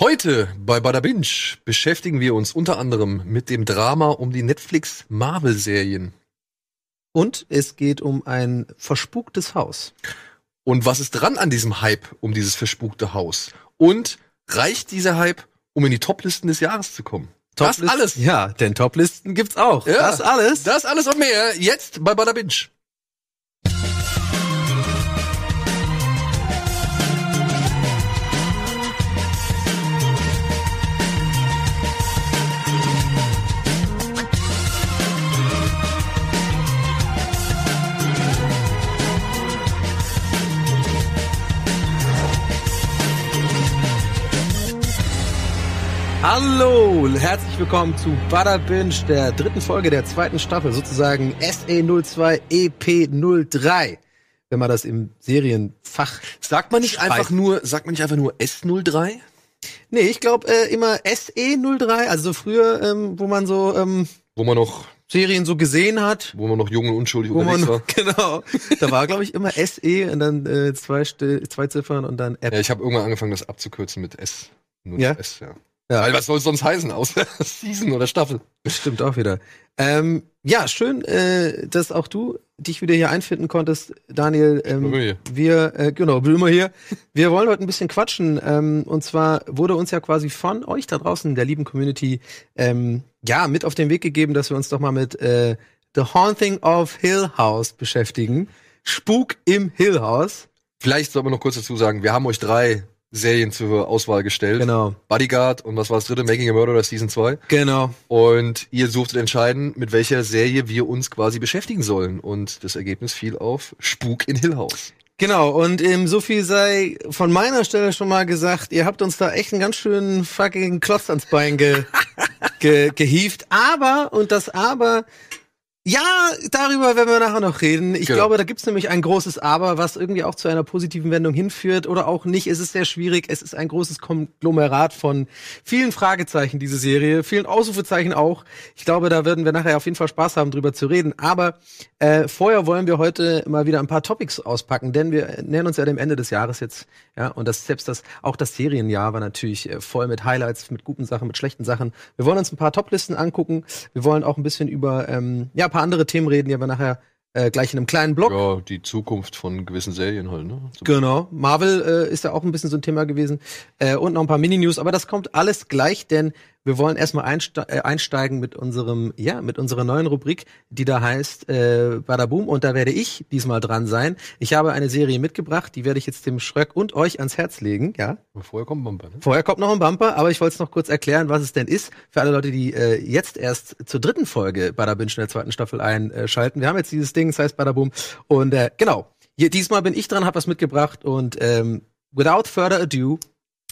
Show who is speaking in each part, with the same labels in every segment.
Speaker 1: Heute bei Bada Binge beschäftigen wir uns unter anderem mit dem Drama um die Netflix Marvel Serien.
Speaker 2: Und es geht um ein verspuktes Haus.
Speaker 1: Und was ist dran an diesem Hype um dieses verspukte Haus? Und reicht dieser Hype, um in die Toplisten des Jahres zu kommen?
Speaker 2: Toplisten- Ja, denn Toplisten gibt's auch.
Speaker 1: Ja.
Speaker 2: Das alles.
Speaker 1: Das alles und mehr jetzt bei Bada Binge.
Speaker 2: Hallo, herzlich willkommen zu Bada Binge, der dritten Folge der zweiten Staffel, sozusagen E SE02 EP03, wenn man das im Serienfach.
Speaker 1: Sagt man nicht
Speaker 2: Schwein.
Speaker 1: einfach nur, sagt man nicht einfach nur S03?
Speaker 2: Nee, ich glaube äh, immer SE03, also so früher, ähm, wo man so ähm,
Speaker 1: Wo man noch,
Speaker 2: Serien so gesehen hat.
Speaker 1: wo man noch jung und unschuldig
Speaker 2: Wo man,
Speaker 1: unterwegs war.
Speaker 2: genau, da war glaube ich immer SE und dann äh, zwei, Still, zwei Ziffern und dann App.
Speaker 1: Ja, ich habe irgendwann angefangen, das abzukürzen mit S. Nur
Speaker 2: Ja?
Speaker 1: S, ja.
Speaker 2: Ja.
Speaker 1: Weil was soll es sonst heißen, außer Season oder Staffel?
Speaker 2: Stimmt auch wieder. Ähm, ja, schön, äh, dass auch du dich wieder hier einfinden konntest, Daniel. Ähm,
Speaker 1: Bemühe.
Speaker 2: wir, äh, genau, Blümer hier. Wir wollen heute ein bisschen quatschen. Ähm, und zwar wurde uns ja quasi von euch da draußen, der lieben Community, ähm, ja, mit auf den Weg gegeben, dass wir uns doch mal mit äh, The Haunting of Hill House beschäftigen. Spuk im Hill House.
Speaker 1: Vielleicht soll man noch kurz dazu sagen, wir haben euch drei Serien zur Auswahl gestellt.
Speaker 2: Genau,
Speaker 1: Bodyguard und was war das dritte? Making a Murderer Season 2.
Speaker 2: genau.
Speaker 1: Und ihr suchtet entscheiden, mit welcher Serie wir uns quasi beschäftigen sollen. Und das Ergebnis fiel auf Spuk in Hill House.
Speaker 2: Genau, und ähm, so viel sei von meiner Stelle schon mal gesagt, ihr habt uns da echt einen ganz schönen fucking Klotz ans Bein ge ge gehievt. Aber, und das Aber, ja, darüber werden wir nachher noch reden. Ich
Speaker 1: Genau.
Speaker 2: glaube, da gibt's nämlich ein großes Aber, was irgendwie auch zu einer positiven Wendung hinführt oder auch nicht. Es ist sehr schwierig. Es ist ein großes Konglomerat von vielen Fragezeichen, diese Serie, vielen Ausrufezeichen auch. Ich glaube, da werden wir nachher auf jeden Fall Spaß haben, drüber zu reden. Aber äh, vorher wollen wir heute mal wieder ein paar Topics auspacken, denn wir nähern uns ja dem Ende des Jahres jetzt. Ja, und das selbst das auch das Serienjahr war natürlich äh, voll mit Highlights, mit guten Sachen, mit schlechten Sachen. Wir wollen uns ein paar Toplisten angucken. Wir wollen auch ein bisschen über ähm, ja, ein paar andere Themen reden, die haben wir nachher äh, gleich in einem kleinen Blog.
Speaker 1: Ja, die Zukunft von gewissen Serien halt, ne?
Speaker 2: Genau. Marvel äh, ist ja auch ein bisschen so ein Thema gewesen. Äh, und noch ein paar Mini-News, aber das kommt alles gleich, denn wir wollen erstmal einste äh, einsteigen mit unserem, ja, mit unserer neuen Rubrik, die da heißt äh, Badaboom. Und da werde ich diesmal dran sein. Ich habe eine Serie mitgebracht, die werde ich jetzt dem Schröck und euch ans Herz legen, ja.
Speaker 1: Vorher kommt Bumper, ne?
Speaker 2: Vorher kommt noch ein Bumper, aber ich wollte es noch kurz erklären, was es denn ist. Für alle Leute, die äh, jetzt erst zur dritten Folge Bada Binge in der zweiten Staffel einschalten. Wir haben jetzt dieses Ding, es heißt Bada Boom. Und äh, genau, hier, diesmal bin ich dran, habe was mitgebracht. Und ähm, without further ado,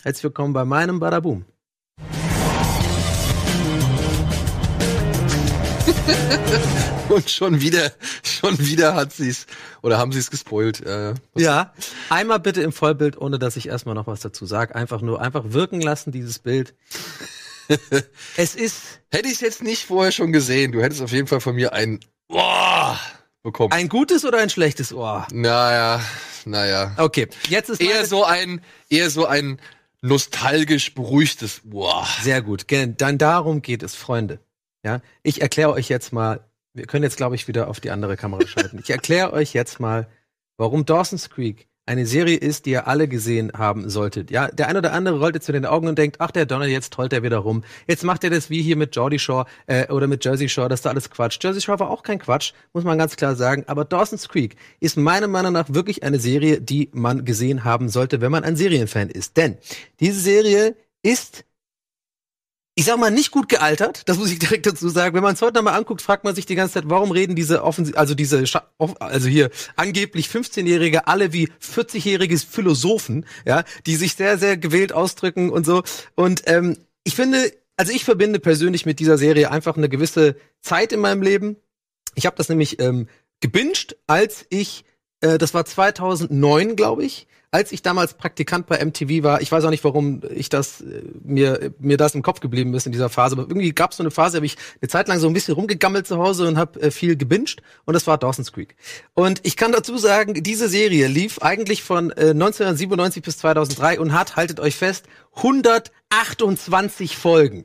Speaker 2: herzlich willkommen bei meinem Bada Boom.
Speaker 1: Und schon wieder, schon wieder hat sie's, oder haben sie's gespoilt. Äh,
Speaker 2: Ja, einmal bitte im Vollbild, ohne dass ich erstmal noch was dazu sage. Einfach nur, einfach wirken lassen, dieses Bild. es ist
Speaker 1: hätte ich's jetzt nicht vorher schon gesehen, du hättest auf jeden Fall von mir ein Boah bekommen.
Speaker 2: ein gutes oder ein schlechtes Ohr.
Speaker 1: naja, naja.
Speaker 2: Okay, jetzt ist
Speaker 1: Eher
Speaker 2: meine-
Speaker 1: so ein, eher so ein nostalgisch beruhigtes Boah.
Speaker 2: Sehr gut. Gen- Dann darum geht es, Freunde. Ja, ich erkläre euch jetzt mal, wir können jetzt, glaube ich, wieder auf die andere Kamera schalten. Ich erkläre euch jetzt mal, warum Dawson's Creek eine Serie ist, die ihr alle gesehen haben solltet. Ja, der ein oder andere rollt jetzt zu den Augen und denkt, ach der Donner, jetzt trollt er wieder rum. Jetzt macht er das wie hier mit Geordie Shore äh, oder mit Jersey Shore, das ist da alles Quatsch. Jersey Shore war auch kein Quatsch, muss man ganz klar sagen. Aber Dawson's Creek ist meiner Meinung nach wirklich eine Serie, die man gesehen haben sollte, wenn man ein Serienfan ist. Denn diese Serie ist ich sag mal, nicht gut gealtert, das muss ich direkt dazu sagen. Wenn man es heute nochmal anguckt, fragt man sich die ganze Zeit, warum reden diese offensiv, also diese, Scha- off- also hier angeblich 15-Jährige alle wie 40-jähriges Philosophen, ja, die sich sehr, sehr gewählt ausdrücken und so. Und ähm, ich finde, also ich verbinde persönlich mit dieser Serie einfach eine gewisse Zeit in meinem Leben. Ich habe das nämlich ähm, gebinged, als ich äh, das war 2009, glaube ich, als ich damals Praktikant bei MTV war. Ich weiß auch nicht, warum ich das äh, mir mir das im Kopf geblieben ist in dieser Phase, aber irgendwie gab es so eine Phase, habe ich eine Zeit lang so ein bisschen rumgegammelt zu Hause und habe äh, viel gebinged und das war Dawson's Creek. Und ich kann dazu sagen, diese Serie lief eigentlich von äh, 1997 bis 2003 und hat, haltet euch fest, 128 Folgen.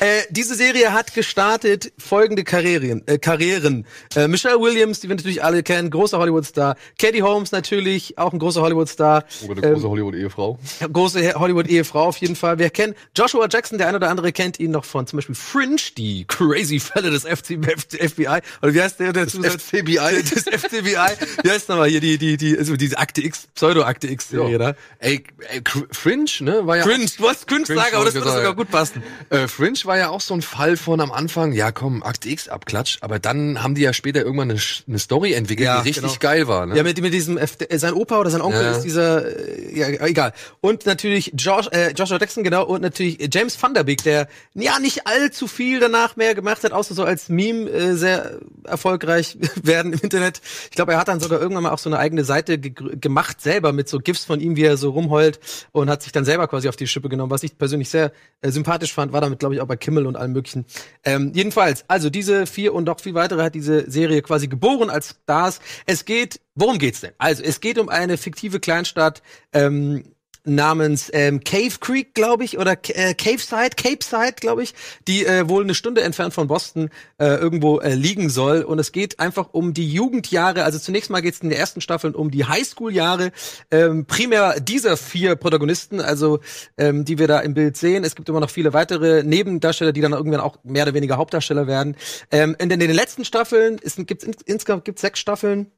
Speaker 2: Äh, diese Serie hat gestartet folgende Karrieren. Äh, Karrieren. Äh, Michelle Williams, die wir natürlich alle kennen, großer Hollywood-Star. Katie Holmes natürlich, auch ein großer Hollywood-Star.
Speaker 1: Oder eine
Speaker 2: Ähm,
Speaker 1: große Hollywood-Ehefrau.
Speaker 2: große Hollywood-Ehefrau auf jeden Fall. Wir kennen Joshua Jackson, der ein oder andere kennt ihn noch von zum Beispiel Fringe, die crazy Fälle des FC, FBI. Oder wie heißt der, der Zusatz?
Speaker 1: FBI.
Speaker 2: des FBI. Wie heißt nochmal hier die, die, die, also diese Akte X, Pseudo-Akte X-Serie, da?
Speaker 1: Ey, ey, Cr- Fringe, ne? War ja
Speaker 2: Cringe, du hast Cringe,
Speaker 1: Cringe
Speaker 2: sagen, aber das
Speaker 1: hab ich
Speaker 2: würde sogar
Speaker 1: gesagt.
Speaker 2: gut passen.
Speaker 1: Äh, Fringe war ja auch so ein Fall von am Anfang, ja komm, Akt X abklatsch, aber dann haben die ja später irgendwann eine, Sch- eine Story entwickelt,
Speaker 2: Ja,
Speaker 1: die richtig
Speaker 2: genau.
Speaker 1: geil war, ne?
Speaker 2: Ja, mit, mit diesem, F- äh, sein Opa oder sein Onkel
Speaker 1: Ja.
Speaker 2: ist dieser, äh, ja, egal. Und natürlich Josh, äh, Joshua Jackson, genau, und natürlich äh, James Van Der Beek, der ja nicht allzu viel danach mehr gemacht hat, außer so als Meme äh, sehr erfolgreich werden im Internet. Ich glaube, er hat dann sogar irgendwann mal auch so eine eigene Seite gegr- gemacht, selber mit so GIFs von ihm, wie er so rumheult und hat sich dann selber quasi auf die Schippe genommen, was ich persönlich sehr äh, sympathisch fand, war damit, glaube ich, auch bei Kimmel und allem möglichen. Ähm, jedenfalls, also diese vier und noch viel weitere hat diese Serie quasi geboren als Stars. Es geht, worum geht's denn? Also, es geht um eine fiktive Kleinstadt ähm, namens ähm, Cave Creek, glaube ich, oder Ca- äh, Caveside, Capeside, glaube ich, die äh, wohl eine Stunde entfernt von Boston äh, irgendwo äh, liegen soll. Und es geht einfach um die Jugendjahre. Also zunächst mal geht's in der ersten Staffel um die Highschool-Jahre, ähm, primär dieser vier Protagonisten, also ähm, die wir da im Bild sehen. Es gibt immer noch viele weitere Nebendarsteller, die dann irgendwann auch mehr oder weniger Hauptdarsteller werden. Ähm, in, den- in den letzten Staffeln es gibt es insgesamt gibt's sechs Staffeln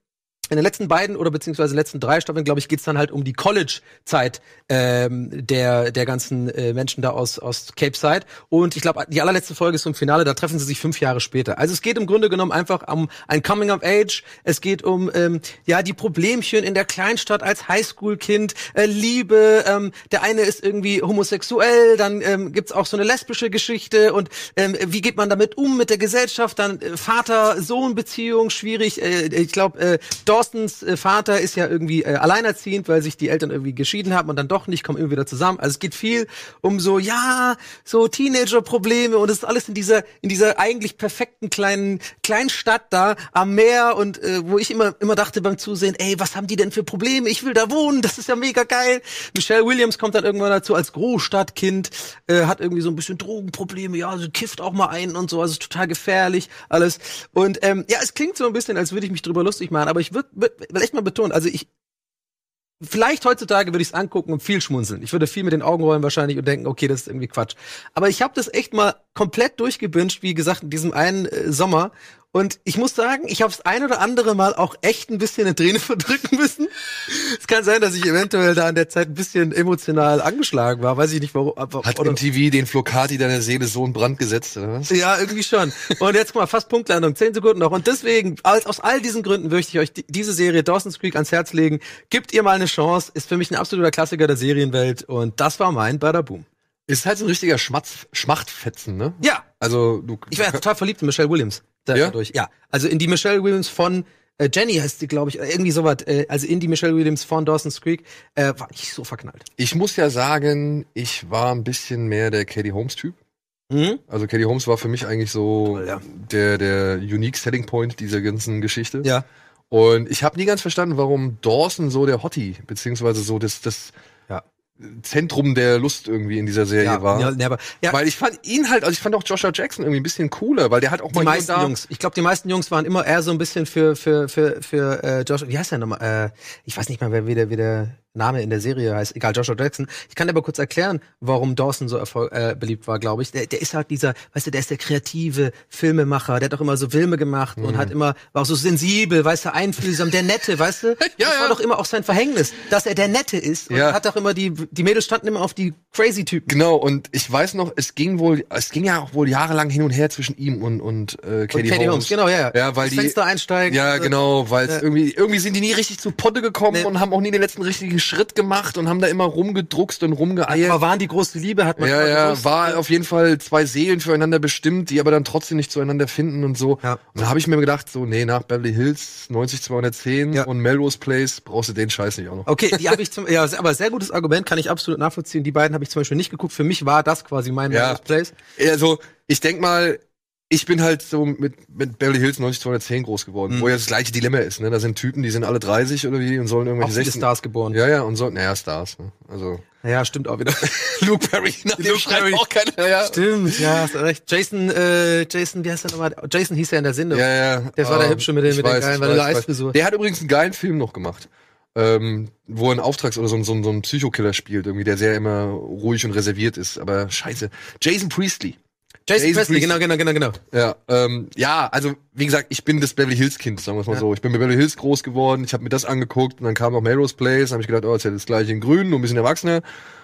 Speaker 2: in den letzten beiden oder beziehungsweise letzten drei Staffeln, glaube ich, geht's dann halt um die College-Zeit ähm, der, der ganzen äh, Menschen da aus, aus Cape Side. Und ich glaube, die allerletzte Folge ist zum Finale, da treffen sie sich fünf Jahre später. Also es geht im Grunde genommen einfach um ein Coming of Age. Es geht um ähm, ja die Problemchen in der Kleinstadt als Highschool-Kind, äh, Liebe, ähm, der eine ist irgendwie homosexuell, dann ähm, gibt's auch so eine lesbische Geschichte und ähm, wie geht man damit um mit der Gesellschaft? Dann äh, Vater-Sohn-Beziehung schwierig. Äh, ich glaube, äh, Dawsons äh, Vater ist ja irgendwie äh, alleinerziehend, weil sich die Eltern irgendwie geschieden haben und dann doch nicht, kommen irgendwie wieder zusammen. Also es geht viel um so ja so Teenager-Probleme und es ist alles in dieser in dieser eigentlich perfekten kleinen Kleinstadt da am Meer und äh, wo ich immer immer dachte beim Zusehen, ey, was haben die denn für Probleme? Ich will da wohnen, das ist ja mega geil. Michelle Williams kommt dann irgendwann dazu als Großstadtkind, äh, hat irgendwie so ein bisschen Drogenprobleme, ja, sie kifft auch mal ein und so, also total gefährlich alles. Und ähm, ja, es klingt so ein bisschen, als würde ich mich drüber lustig machen, aber ich würde würd, will echt mal betonen, also ich vielleicht heutzutage würde ich es angucken und viel schmunzeln. Ich würde viel mit den Augen rollen wahrscheinlich und denken, okay, das ist irgendwie Quatsch. Aber ich habe das echt mal komplett durchgebünscht, wie gesagt, in diesem einen äh, Sommer. Und ich muss sagen, ich habe es ein oder andere Mal auch echt ein bisschen eine Träne verdrücken müssen. es kann sein, dass ich eventuell da in der Zeit ein bisschen emotional angeschlagen war. Weiß ich nicht, warum. aber-
Speaker 1: Hat
Speaker 2: oder-
Speaker 1: MTV den Flocati deiner Seele so in Brand gesetzt, oder was?
Speaker 2: ja, irgendwie schon. Und jetzt guck mal, fast Punktlandung, 10 Sekunden noch. Und deswegen, als, aus all diesen Gründen möchte ich euch die, diese Serie Dawson's Creek ans Herz legen. Gebt ihr mal eine Chance, ist für mich ein absoluter Klassiker der Serienwelt. Und das war mein Badaboom.
Speaker 1: Ist halt so ein richtiger Schmatz, Schmachtfetzen, ne?
Speaker 2: Ja,
Speaker 1: Also, du,
Speaker 2: ich war ja total verliebt in Michelle Williams. Da-
Speaker 1: Ja?
Speaker 2: Dadurch. Ja, also in die Michelle Williams von äh, Jenny heißt sie, glaube ich, oder irgendwie sowas. Äh, also in die Michelle Williams von Dawson's Creek äh, war ich so verknallt.
Speaker 1: ich muss ja sagen, ich war ein bisschen mehr der Katie Holmes-Typ.
Speaker 2: Mhm.
Speaker 1: Also Katie Holmes war für mich eigentlich so
Speaker 2: Toll, ja.
Speaker 1: der, der unique Selling Point dieser ganzen Geschichte.
Speaker 2: Ja.
Speaker 1: Und ich habe nie ganz verstanden, warum Dawson so der Hottie, beziehungsweise so das, das
Speaker 2: Ja.
Speaker 1: Zentrum der Lust irgendwie in dieser Serie
Speaker 2: Ja,
Speaker 1: war.
Speaker 2: ja, nee, aber, ja,
Speaker 1: Weil ich fand ihn halt, also ich fand auch Joshua Jackson irgendwie ein bisschen cooler, weil der hat auch
Speaker 2: die
Speaker 1: mal hier
Speaker 2: meisten
Speaker 1: und da-
Speaker 2: Jungs. Ich glaube, die meisten Jungs waren immer eher so ein bisschen für für für für äh, Josh. Wie heißt der nochmal? Äh, ich weiß nicht mal, wer wie der, wie der Name in der Serie heißt. Egal, Joshua Jackson. Ich kann dir aber kurz erklären, warum Dawson so erfol- äh, beliebt war, glaube ich. Der, der ist halt dieser, weißt du, der ist der kreative Filmemacher. Der hat auch immer so Filme gemacht
Speaker 1: Mhm.
Speaker 2: und hat immer war auch so sensibel, weißt du, einfühlsam, der Nette, weißt du.
Speaker 1: Ja,
Speaker 2: das war
Speaker 1: ja.
Speaker 2: doch immer auch sein Verhängnis, dass er der Nette ist. Und
Speaker 1: Ja.
Speaker 2: hat auch immer die die Mädels standen immer auf die crazy Typen.
Speaker 1: Genau, und ich weiß noch, es ging wohl, es ging ja auch wohl jahrelang hin und her zwischen ihm und, und, äh, Katie,
Speaker 2: Und Katie Holmes, genau, ja, ja.
Speaker 1: Ja, weil
Speaker 2: Ins
Speaker 1: die-
Speaker 2: Fenster einsteigen.
Speaker 1: Ja,
Speaker 2: äh,
Speaker 1: genau, weil es
Speaker 2: Ja.
Speaker 1: irgendwie, irgendwie sind die nie richtig zu Potte gekommen
Speaker 2: Nee.
Speaker 1: und haben auch nie den letzten richtigen Schritt gemacht und haben da immer rumgedruckst und rumgeeiert.
Speaker 2: Aber waren die große Liebe, hat man
Speaker 1: Ja,
Speaker 2: immer
Speaker 1: ja,
Speaker 2: gewusst.
Speaker 1: war auf jeden Fall zwei Seelen füreinander bestimmt, die aber dann trotzdem nicht zueinander finden und so.
Speaker 2: Ja.
Speaker 1: Und da habe ich mir gedacht, so, nee, nach Beverly Hills 90210
Speaker 2: Ja.
Speaker 1: und Melrose Place brauchst du den Scheiß nicht auch noch.
Speaker 2: Okay, die habe ich zum, ja, aber sehr gutes Argument, kann ich absolut nachvollziehen. Die beiden habe ich zum Beispiel nicht geguckt. Für mich war das quasi mein
Speaker 1: Ja.
Speaker 2: Melrose Place.
Speaker 1: Also, ich denk mal, ich bin halt so mit, mit Beverly Hills 90210 groß geworden,
Speaker 2: Mhm.
Speaker 1: wo ja das gleiche Dilemma ist, ne? Da sind Typen, die sind alle 30 oder wie und sollen
Speaker 2: Auch
Speaker 1: irgendwelche
Speaker 2: viele
Speaker 1: 16.
Speaker 2: Stars geboren.
Speaker 1: Ja, ja, und sollten, naja, Stars, ne? Also.
Speaker 2: ja stimmt auch wieder.
Speaker 1: Luke Perry, nach
Speaker 2: Luke Perry.
Speaker 1: keiner. Ja,
Speaker 2: Stimmt, ja, hast du recht. Jason, äh, Jason, wie heißt der nochmal? Jason hieß ja in der Sendung.
Speaker 1: ja, ja. Ah,
Speaker 2: Das war der Hübsche mit den-
Speaker 1: ich
Speaker 2: mit den
Speaker 1: weiß,
Speaker 2: geilen
Speaker 1: ich
Speaker 2: Vanilla
Speaker 1: weiß, ich weiß.
Speaker 2: Eisfrisur.
Speaker 1: Der hat übrigens einen geilen Film noch gemacht. Ähm, wo er einen Auftrags- oder so, ein- so, ein- so ein Psychokiller spielt, irgendwie, der sehr immer ruhig und reserviert ist. Aber scheiße. Jason Priestley.
Speaker 2: Jason,
Speaker 1: Jason
Speaker 2: Presley,
Speaker 1: Priestley.
Speaker 2: genau, genau, genau, genau.
Speaker 1: Ja, ähm, ja, also wie gesagt, ich bin das Beverly Hills Kind, sagen wir es mal
Speaker 2: Ja.
Speaker 1: so. Ich bin mit Beverly Hills groß geworden, ich habe mir das angeguckt und dann kam noch Melrose Place, habe ich gedacht, oh, jetzt hätte das gleich in Grün, nur ein bisschen erwachsener.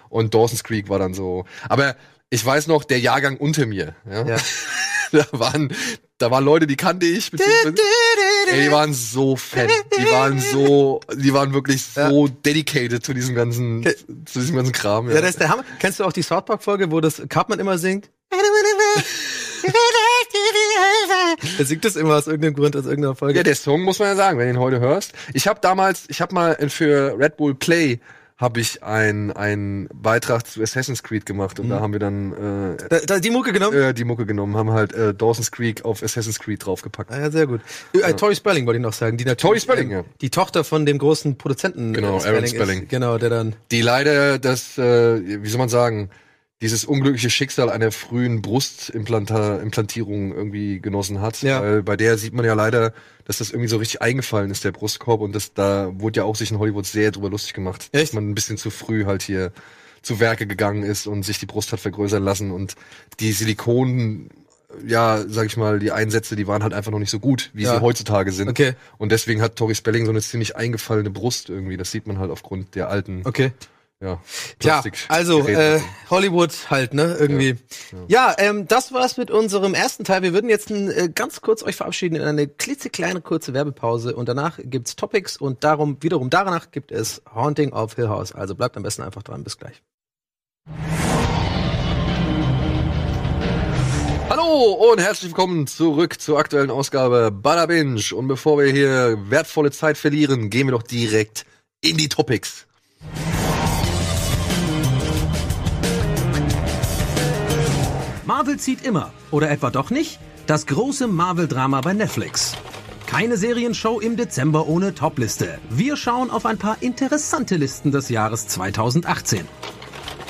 Speaker 1: Und Dawson's Creek war dann so. Aber ich weiß noch, der Jahrgang unter mir, ja.
Speaker 2: Ja.
Speaker 1: da waren, da waren Leute, die kannte ich, beziehungsweise, ey, die waren so fett, die waren so, die waren wirklich so dedicated zu diesem ganzen, zu diesem ganzen Kram.
Speaker 2: Ja, das ist der Hammer. Kennst du auch die South Park Folge, wo das Cartman immer singt? Er singt das immer aus irgendeinem Grund, aus irgendeiner Folge.
Speaker 1: Ja, der Song muss man ja sagen, wenn du ihn heute hörst. Ich habe damals, ich habe mal für Red Bull Play habe ich einen einen Beitrag zu Assassin's Creed gemacht und da haben wir dann
Speaker 2: da, da, die Mucke genommen?
Speaker 1: äh, äh, die Mucke genommen, haben halt äh, Dawson's Creek auf Assassin's Creed draufgepackt.
Speaker 2: Ah, ja, sehr gut. Äh, Tori Spelling wollte ich noch sagen. Die natürlich,
Speaker 1: Tori Spelling,
Speaker 2: ähm,
Speaker 1: ja.
Speaker 2: Die Tochter von dem großen Produzenten.
Speaker 1: Genau,
Speaker 2: äh,
Speaker 1: Aaron
Speaker 2: Ist,
Speaker 1: Spelling.
Speaker 2: genau, der dann.
Speaker 1: Die leider das, äh, wie soll man sagen, dieses unglückliche Schicksal einer frühen Brustimplantation irgendwie genossen hat.
Speaker 2: Ja.
Speaker 1: Weil bei der sieht man ja leider, dass das irgendwie so richtig eingefallen ist, der Brustkorb. Und das, da wurde ja auch sich in Hollywood sehr drüber lustig gemacht,
Speaker 2: Echt?
Speaker 1: dass man ein bisschen zu früh halt hier zu Werke gegangen ist und sich die Brust hat vergrößern lassen und die Silikon, ja, sag ich mal, die Einsätze, die waren halt einfach noch nicht so gut, wie
Speaker 2: Ja.
Speaker 1: sie heutzutage sind.
Speaker 2: Okay,
Speaker 1: Und deswegen hat Tori Spelling so eine ziemlich eingefallene Brust irgendwie. Das sieht man halt aufgrund der alten
Speaker 2: okay.
Speaker 1: ja.
Speaker 2: Tja,
Speaker 1: Plastik-
Speaker 2: also
Speaker 1: Geräte.
Speaker 2: äh, Hollywood halt, ne? Irgendwie. Ja, ähm, das war's mit unserem ersten Teil. Wir würden jetzt n, äh, ganz kurz euch verabschieden in eine klitzekleine kurze Werbepause und danach gibt's Topics und darum wiederum danach gibt es Haunting of Hill House. Also bleibt am besten einfach dran. Bis gleich.
Speaker 1: äh, Hallo und herzlich willkommen zurück zur aktuellen Ausgabe Bada Binge. Und bevor wir hier wertvolle Zeit verlieren, gehen wir doch direkt in die Topics.
Speaker 3: Marvel zieht immer. Oder etwa doch nicht? Das große Marvel-Drama bei Netflix. Keine Serienshow im Dezember ohne Topliste. Wir schauen auf ein paar interessante Listen des Jahres 2018.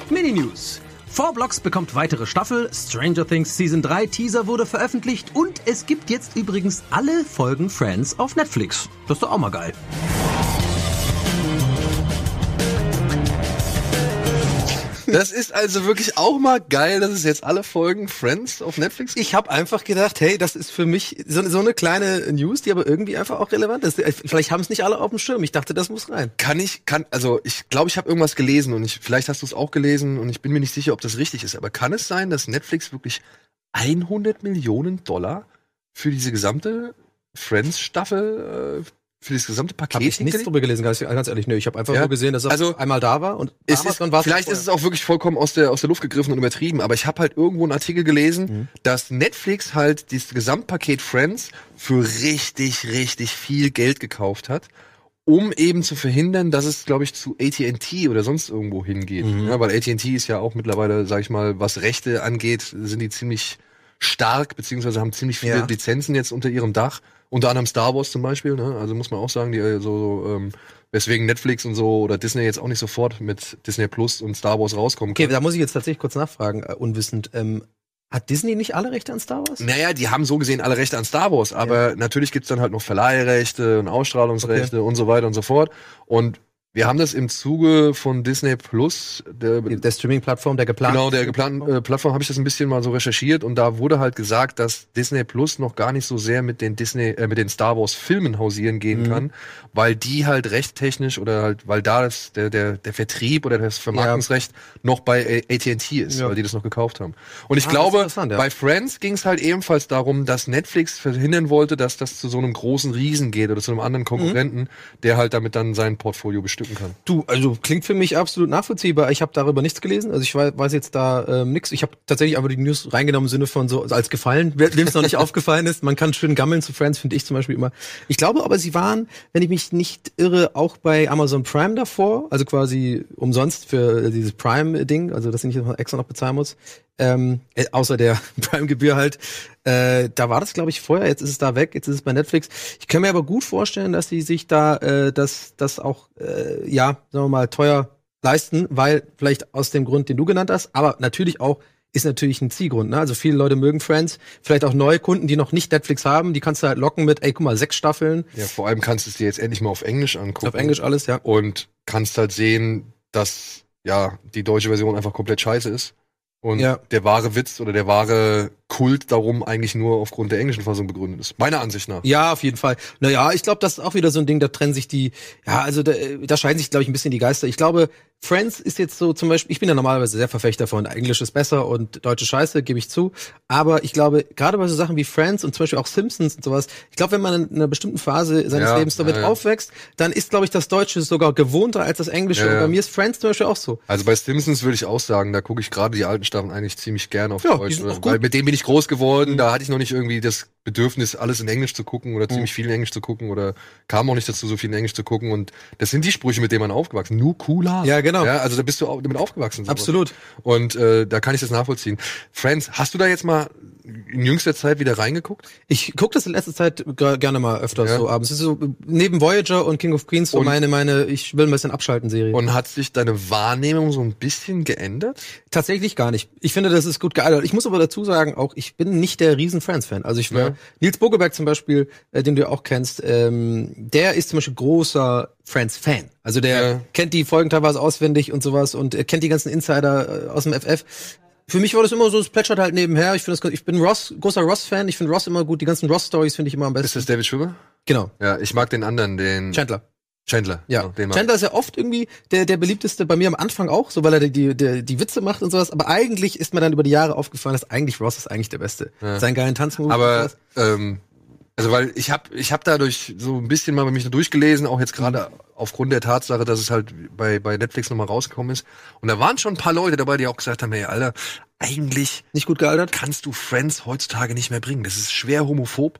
Speaker 3: Mini-News. Four Blocks bekommt weitere Staffel, Stranger Things Season 3 Teaser wurde veröffentlicht und es gibt jetzt übrigens alle Folgen Friends auf Netflix. Das ist doch auch mal geil.
Speaker 1: Das ist also wirklich auch mal geil, dass es jetzt alle Folgen Friends auf Netflix gibt.
Speaker 2: Ich habe einfach gedacht, hey, das ist für mich so, so eine kleine News, die aber irgendwie einfach auch relevant ist. Vielleicht haben es nicht alle auf dem Schirm. Ich dachte, das muss rein.
Speaker 1: Kann ich, kann, also ich glaube, ich habe irgendwas gelesen und ich, vielleicht hast du es auch gelesen und ich bin mir nicht sicher, ob das richtig ist. Aber kann es sein, dass Netflix wirklich 100 Millionen Dollar für diese gesamte Friends-Staffel, äh, für das gesamte Paket
Speaker 2: Habe ich nichts
Speaker 1: hingelegt
Speaker 2: drüber gelesen, ganz, ganz ehrlich. Nö, ich habe einfach
Speaker 1: Ja.
Speaker 2: nur gesehen, dass er
Speaker 1: Also,
Speaker 2: einmal da war und
Speaker 1: Es
Speaker 2: damals
Speaker 1: ist,
Speaker 2: dann war's
Speaker 1: vielleicht
Speaker 2: vorher.
Speaker 1: ist es auch wirklich vollkommen aus der, aus der Luft gegriffen und übertrieben, aber ich habe halt irgendwo einen Artikel gelesen,
Speaker 2: Mhm.
Speaker 1: dass Netflix halt dieses Gesamtpaket Friends für richtig, richtig viel Geld gekauft hat, um eben zu verhindern, dass es, glaube ich, zu AT&T oder sonst irgendwo hingeht.
Speaker 2: Mhm.
Speaker 1: Ja, weil AT&T ist ja auch mittlerweile, sag ich mal, was Rechte angeht, sind die ziemlich stark, beziehungsweise haben ziemlich viele
Speaker 2: Ja.
Speaker 1: Lizenzen jetzt unter ihrem Dach. Unter anderem Star Wars zum Beispiel, ne? also muss man auch sagen, die äh, so, so ähm, weswegen Netflix und so oder Disney jetzt auch nicht sofort mit Disney Plus und Star Wars rauskommen
Speaker 2: Okay,
Speaker 1: können.
Speaker 2: da muss ich jetzt tatsächlich kurz nachfragen, äh, unwissend. Ähm, hat Disney nicht alle Rechte an Star Wars?
Speaker 1: Naja, die haben so gesehen alle Rechte an Star Wars, aber natürlich gibt's dann halt noch Verleihrechte und Ausstrahlungsrechte und so weiter und so fort. Und wir haben das im Zuge von Disney Plus, der,
Speaker 2: Die- Der Streaming-Plattform, der geplant.
Speaker 1: Genau, der geplanten äh, Plattform habe ich das ein bisschen mal so recherchiert und da wurde halt gesagt, dass Disney Plus noch gar nicht so sehr mit den Disney, äh, mit den Star Wars Filmen hausieren gehen
Speaker 2: Mhm.
Speaker 1: kann, weil die halt recht technisch oder halt, weil da das, der, der, der Vertrieb oder das Vermarktungsrecht noch bei äh, AT&T ist,
Speaker 2: Ja.
Speaker 1: weil die das noch gekauft haben. Und ich
Speaker 2: Ah,
Speaker 1: glaube,
Speaker 2: interessant, ja.
Speaker 1: bei Friends ging es halt ebenfalls darum, dass Netflix verhindern
Speaker 2: Mhm.
Speaker 1: wollte, dass das zu so einem großen Riesen geht oder zu einem anderen Konkurrenten, der halt damit dann sein Portfolio bestücken kann.
Speaker 2: Du, also klingt für mich absolut nachvollziehbar. Ich habe darüber nichts gelesen. Also ich wei- weiß jetzt da ähm, nichts. Ich habe tatsächlich aber die News reingenommen im Sinne von so also als gefallen, wem es noch nicht aufgefallen ist. Man kann schön gammeln zu Friends, finde ich zum Beispiel immer. Ich glaube aber, sie waren, wenn ich mich nicht irre, auch bei Amazon Prime davor. Also quasi umsonst für äh, dieses Prime-Ding, also dass ich nicht extra noch bezahlen muss. Ähm, äh, außer der Prime-Gebühr halt. Äh, da war das, glaube ich, vorher, jetzt ist es da weg, jetzt ist es bei Netflix. Ich kann mir aber gut vorstellen, dass die sich da äh, das, das auch, äh, ja, sagen wir mal, teuer leisten, weil vielleicht aus dem Grund, den du genannt hast, aber natürlich auch, ist natürlich ein Zielgrund. Ne? Also viele Leute mögen Friends, vielleicht auch neue Kunden, die noch nicht Netflix haben, die kannst du halt locken mit, ey, guck mal, sechs Staffeln,
Speaker 1: Ja, vor allem kannst du es dir jetzt endlich mal auf Englisch angucken.
Speaker 2: auf Englisch alles, ja.
Speaker 1: Und kannst halt sehen, dass ja die deutsche Version einfach komplett scheiße ist. Und
Speaker 2: Ja.
Speaker 1: der wahre Witz oder der wahre Kult darum eigentlich nur aufgrund der englischen Fassung begründet ist. Meiner Ansicht nach.
Speaker 2: Ja, auf jeden Fall. Naja, ich glaube, das ist auch wieder so ein Ding, da trennen sich die, ja, also da, äh, da scheiden sich, glaube ich, ein bisschen die Geister. Ich glaube, Friends ist jetzt so zum Beispiel, ich bin ja normalerweise sehr Verfechter von Englisch ist besser und deutsche Scheiße, gebe ich zu. Aber ich glaube, gerade bei so Sachen wie Friends und zum Beispiel auch Simpsons und sowas, ich glaube, wenn man in einer bestimmten Phase seines
Speaker 1: Ja,
Speaker 2: Lebens damit
Speaker 1: ja, ja.
Speaker 2: aufwächst, dann ist, glaube ich, das Deutsche sogar gewohnter als das Englische.
Speaker 1: Ja,
Speaker 2: Und
Speaker 1: ja.
Speaker 2: bei mir ist Friends zum Beispiel auch so.
Speaker 1: Also bei Simpsons würde ich auch sagen, da gucke ich gerade die alten Staffeln eigentlich ziemlich gerne auf
Speaker 2: Ja, die
Speaker 1: Deutsch.
Speaker 2: sind auch gut. Mhm.
Speaker 1: Weil mit dem bin ich groß geworden, da hatte ich noch nicht irgendwie das Bedürfnis, alles in Englisch zu gucken oder ziemlich viel in Englisch zu gucken oder kam auch nicht dazu, so viel in Englisch zu gucken. Und das sind die Sprüche, mit denen man aufgewachsen ist. Nu cooler.
Speaker 2: Ja, genau.
Speaker 1: Ja, also da bist du auch damit aufgewachsen. sowas.
Speaker 2: Absolut.
Speaker 1: Und äh, da kann ich das nachvollziehen. Friends, hast du da jetzt mal in jüngster Zeit wieder reingeguckt?
Speaker 2: Ich gucke das in letzter Zeit ge- gerne mal öfter
Speaker 1: Ja.
Speaker 2: so abends. Es ist so äh, neben Voyager und King of Queens so
Speaker 1: Und-
Speaker 2: meine, meine, ich will ein bisschen abschalten Serie.
Speaker 1: Und hat sich deine Wahrnehmung so ein bisschen geändert?
Speaker 2: Tatsächlich gar nicht. Ich finde, das ist gut gealtert. Ich muss aber dazu sagen, auch ich bin nicht der riesen Friends-Fan. Also ich war
Speaker 1: Ja.
Speaker 2: Nils Bogeberg zum Beispiel, äh, den du ja auch kennst, ähm, der ist zum Beispiel großer Friends-Fan. Also der
Speaker 1: Ja.
Speaker 2: kennt die Folgen teilweise auswendig und sowas und äh, kennt die ganzen Insider äh, aus dem FF. Für mich war das immer so, es plätschert halt nebenher. Ich, finde das, ich bin Ross, großer Ross-Fan. Ich finde Ross immer gut. Die ganzen Ross-Stories finde ich immer am
Speaker 1: Ist
Speaker 2: besten.
Speaker 1: das David Schwimmer?
Speaker 2: Genau.
Speaker 1: Ja, ich mag den anderen, den
Speaker 2: Chandler.
Speaker 1: Chandler.
Speaker 2: Ja,
Speaker 1: den mag ich.
Speaker 2: Chandler ist ja oft irgendwie der, der beliebteste bei mir am Anfang auch, so weil er die, die, die, die Witze macht und sowas. Aber eigentlich ist mir dann über die Jahre aufgefallen, dass eigentlich Ross ist eigentlich der Beste.
Speaker 1: Ja.
Speaker 2: Seinen geilen Tanzmove. und
Speaker 1: Aber
Speaker 2: sowas.
Speaker 1: ähm, also weil ich habe ich habe dadurch so ein bisschen mal bei mich durchgelesen, auch jetzt gerade aufgrund der Tatsache, dass es halt bei bei Netflix nochmal rausgekommen ist. Und da waren schon ein paar Leute dabei, die auch gesagt haben, hey Alter, eigentlich
Speaker 2: nicht gut gealtert.
Speaker 1: kannst du Friends heutzutage nicht mehr bringen. Das ist schwer homophob.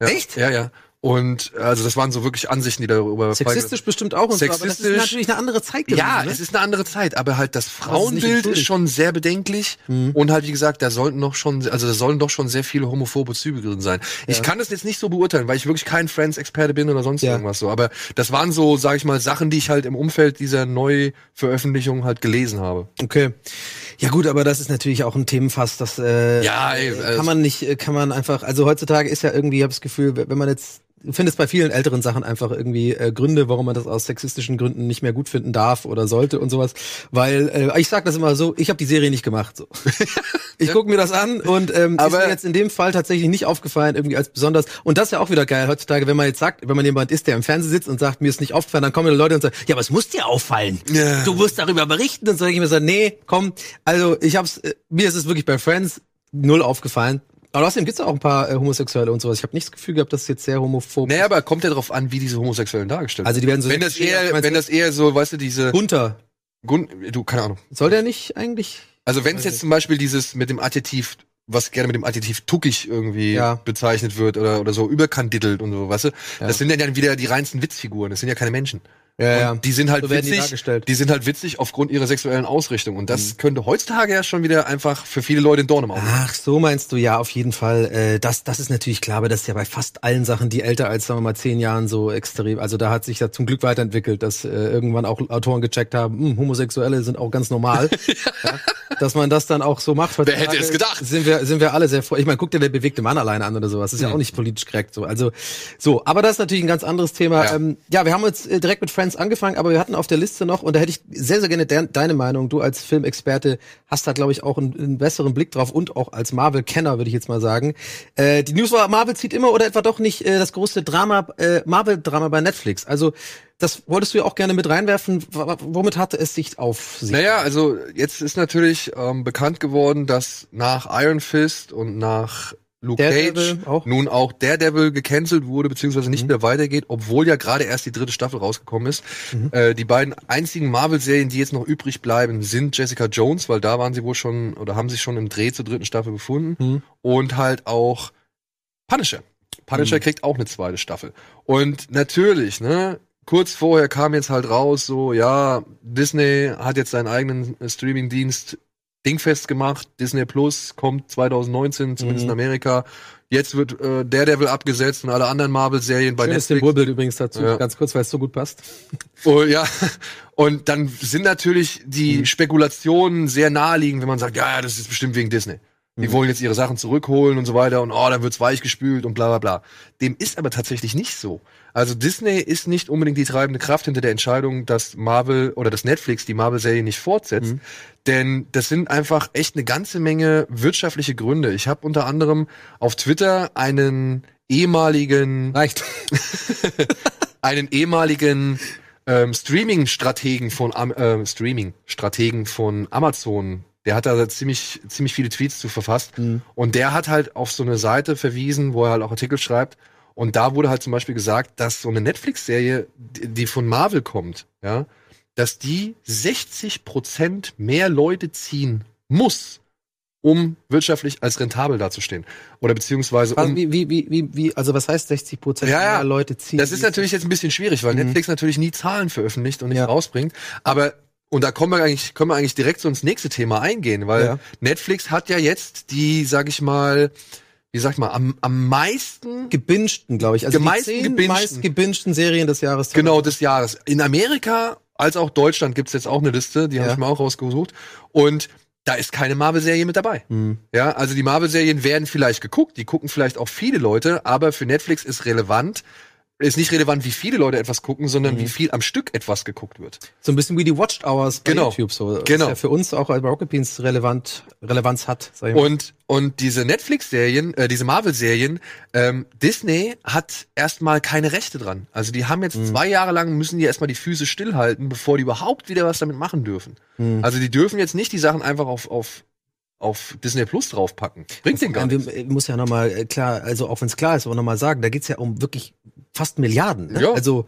Speaker 1: Ja.
Speaker 2: Echt?
Speaker 1: Ja, ja. Und also das waren so wirklich Ansichten, die darüber
Speaker 2: Sexistisch bestimmt auch und so, aber das ist
Speaker 1: Sexistisch.
Speaker 2: natürlich eine andere Zeit gewesen.
Speaker 1: ja,
Speaker 2: ne?
Speaker 1: es ist eine andere Zeit, aber halt das Frauenbild
Speaker 2: entschuldigt.
Speaker 1: ist schon sehr bedenklich
Speaker 2: Mhm.
Speaker 1: und halt wie gesagt, da sollten noch schon, also da sollen doch schon sehr viele homophobe Züge drin sein. Ich kann das jetzt nicht so beurteilen, weil ich wirklich kein Friends-Experte bin oder sonst
Speaker 2: Ja.
Speaker 1: irgendwas so, aber das waren so, sag ich mal, Sachen, die ich halt im Umfeld dieser Neuveröffentlichung halt gelesen habe.
Speaker 2: okay. Ja gut, aber das ist natürlich auch ein Themenfass, das äh,
Speaker 1: Ja, ey,
Speaker 2: äh,
Speaker 1: also-
Speaker 2: kann man nicht, äh, kann man einfach, also heutzutage ist ja irgendwie, ich habe das Gefühl, wenn man jetzt du findest bei vielen älteren Sachen einfach irgendwie äh, Gründe, warum man das aus sexistischen Gründen nicht mehr gut finden darf oder sollte und sowas, weil äh, ich sag das immer so, ich habe die Serie nicht gemacht so. ich gucke mir das an und ähm, ist
Speaker 1: Aber-
Speaker 2: mir jetzt in dem Fall tatsächlich nicht aufgefallen irgendwie als besonders und das ist ja auch wieder geil heutzutage, wenn man jetzt sagt, wenn man jemand ist, der im Fernsehen sitzt und sagt, mir ist nicht aufgefallen, dann kommen die Leute und sagen, ja, aber es muss dir auffallen.
Speaker 1: Ja.
Speaker 2: Du musst darüber berichten und so denke ich mir so, nee, komm, also ich hab's äh, mir ist es wirklich bei Friends null aufgefallen. Aber außerdem gibt's ja auch ein paar äh, Homosexuelle und sowas. Ich habe nicht das Gefühl gehabt, dass es jetzt sehr homophob
Speaker 1: Naja, aber kommt ja darauf an, wie diese Homosexuellen dargestellt
Speaker 2: Also die werden so
Speaker 1: Wenn das
Speaker 2: sexuell, ich
Speaker 1: eher,
Speaker 2: mein's
Speaker 1: wenn das eher so, weißt du, diese,
Speaker 2: Gunther,
Speaker 1: Gun- du, keine Ahnung.
Speaker 2: soll der nicht eigentlich?
Speaker 1: Also wenn es jetzt zum Beispiel dieses mit dem Adjektiv, was gerne mit dem Adjektiv tuckig irgendwie
Speaker 2: Ja.
Speaker 1: bezeichnet wird oder, oder so überkandidelt und so, weißt du, das sind ja dann wieder die reinsten Witzfiguren, das sind ja keine Menschen.
Speaker 2: Ja,
Speaker 1: Und
Speaker 2: ja.
Speaker 1: Die sind halt
Speaker 2: So werden die
Speaker 1: witzig, die,
Speaker 2: dargestellt. Mhm.
Speaker 1: sind halt witzig aufgrund ihrer sexuellen Ausrichtung und das könnte heutzutage ja schon wieder einfach für viele Leute ein Dorn im Auge. sein.
Speaker 2: Ach, so meinst du ja, auf jeden Fall. Äh, das, das ist natürlich klar, aber das ist ja bei fast allen Sachen, die älter als, sagen wir mal, zehn Jahren so extrem. Also da hat sich ja zum Glück weiterentwickelt, dass äh, irgendwann auch Autoren gecheckt haben, hm, Homosexuelle sind auch ganz normal. ja, dass man das dann auch so macht. Wer
Speaker 1: hätte es gedacht?
Speaker 2: Sind wir, sind wir alle sehr froh. Ich meine, guck dir der bewegte Mann alleine an oder sowas.
Speaker 1: Hm.
Speaker 2: Ist ja auch nicht politisch korrekt so. Also so, aber das ist natürlich ein ganz anderes Thema.
Speaker 1: Ja.
Speaker 2: Ähm, ja, wir haben jetzt äh, direkt mit Friends angefangen, aber wir hatten auf der Liste noch, und da hätte ich sehr, sehr gerne de deine Meinung. Du als Filmexperte hast da, glaube ich, auch einen, einen besseren Blick drauf und auch als Marvel-Kenner, würde ich jetzt mal sagen. Äh, die News war, Marvel zieht immer oder etwa doch nicht äh, das große Drama, äh, Marvel-Drama bei Netflix. Also, das wolltest du ja auch gerne mit reinwerfen. W w- womit hatte es sich auf sich?
Speaker 1: Naja, also jetzt ist natürlich ähm, bekannt geworden, dass nach Iron Fist und nach Luke
Speaker 2: Daredevil
Speaker 1: Cage,
Speaker 2: auch. Mhm.
Speaker 1: nun auch Daredevil gecancelt wurde, beziehungsweise nicht mehr weitergeht, obwohl ja gerade erst die dritte Staffel rausgekommen ist.
Speaker 2: Mhm.
Speaker 1: Äh, die beiden einzigen Marvel-Serien, die jetzt noch übrig bleiben, sind Jessica Jones, weil da waren sie wohl schon, oder haben sich schon im Dreh zur dritten Staffel befunden.
Speaker 2: Mhm.
Speaker 1: Und halt auch Punisher. Punisher kriegt auch eine zweite Staffel. Und natürlich, ne, kurz vorher kam jetzt halt raus, so, ja, Disney hat jetzt seinen eigenen äh, Streaming-Dienst dingfest gemacht. Disney Plus kommt 2019, zumindest
Speaker 2: Mhm.
Speaker 1: in Amerika. Jetzt wird äh, Daredevil abgesetzt und alle anderen Marvel-Serien bei
Speaker 2: Schönes
Speaker 1: Netflix.
Speaker 2: Symbolbild übrigens dazu,
Speaker 1: Ja.
Speaker 2: ganz kurz, weil es so gut passt.
Speaker 1: Oh, ja. Und dann sind natürlich die Spekulationen sehr naheliegend, wenn man sagt, ja, ja, das ist bestimmt wegen Disney. Die wollen jetzt ihre Sachen zurückholen und so weiter und oh, dann wird's weich gespült und bla bla bla. Dem ist aber tatsächlich nicht so. Also Disney ist nicht unbedingt die treibende Kraft hinter der Entscheidung, dass Marvel oder dass Netflix die Marvel-Serie nicht fortsetzt. Denn das sind einfach echt eine ganze Menge wirtschaftliche Gründe. Ich habe unter anderem auf Twitter einen ehemaligen
Speaker 2: Reicht.
Speaker 1: einen ehemaligen ähm, Streaming-Strategen von Am äh, Streaming-Strategen von Amazon. Der hat da ziemlich ziemlich viele Tweets zu verfasst
Speaker 2: Hm.
Speaker 1: und der hat halt auf so eine Seite verwiesen, wo er halt auch Artikel schreibt und da wurde halt zum Beispiel gesagt, dass so eine Netflix-Serie, die die von Marvel kommt, ja, dass die 60 Prozent mehr Leute ziehen muss, um wirtschaftlich als rentabel dazustehen oder beziehungsweise um
Speaker 2: Also, Wie, wie, wie, wie, wie, also was heißt 60 Prozent
Speaker 1: Ja, ja.
Speaker 2: aller Leute ziehen?
Speaker 1: Das ist natürlich jetzt ein bisschen schwierig, weil
Speaker 2: Mhm.
Speaker 1: Netflix natürlich nie Zahlen veröffentlicht und nicht
Speaker 2: Ja.
Speaker 1: rausbringt. Aber und da kommen wir eigentlich können wir eigentlich direkt so ins nächste Thema eingehen, weil
Speaker 2: Ja.
Speaker 1: Netflix hat ja jetzt die, sag ich mal, wie sagt man, am, am meisten
Speaker 2: gebingten, glaube ich. Also
Speaker 1: Gemeisten
Speaker 2: die
Speaker 1: gebingten.
Speaker 2: meist gebingten Serien des Jahres.
Speaker 1: genau des Jahres in Amerika als auch Deutschland gibt's jetzt auch eine Liste, die habe
Speaker 2: Ja.
Speaker 1: ich mir auch rausgesucht und da ist keine Marvel-Serie mit dabei.
Speaker 2: Hm.
Speaker 1: Ja, also die Marvel-Serien werden vielleicht geguckt, die gucken vielleicht auch viele Leute, aber für Netflix ist relevant, ist nicht relevant, wie viele Leute etwas gucken, sondern
Speaker 2: Mhm.
Speaker 1: wie viel am Stück etwas geguckt wird.
Speaker 2: So ein bisschen wie die Watch Hours bei
Speaker 1: Genau.
Speaker 2: YouTube. So. Was
Speaker 1: Genau.
Speaker 2: ja für uns auch bei Rocket Beans relevant, Relevanz hat. Sag ich mal.
Speaker 1: Und, und diese Netflix-Serien, äh, diese Marvel-Serien, ähm, Disney hat erstmal keine Rechte dran. Also die haben jetzt
Speaker 2: Mhm.
Speaker 1: zwei Jahre lang, müssen die erstmal die Füße stillhalten, bevor die überhaupt wieder was damit machen dürfen.
Speaker 2: Hm.
Speaker 1: Also die dürfen jetzt nicht die Sachen einfach auf, auf, auf Disney Plus draufpacken. Bringt den gar
Speaker 2: Ähm,
Speaker 1: nicht.
Speaker 2: wir- äh, muss ja nochmal äh, klar, also auch wenn es klar ist, aber nochmal sagen, da geht's ja um wirklich fast Milliarden. Ne?
Speaker 1: Ja.
Speaker 2: Also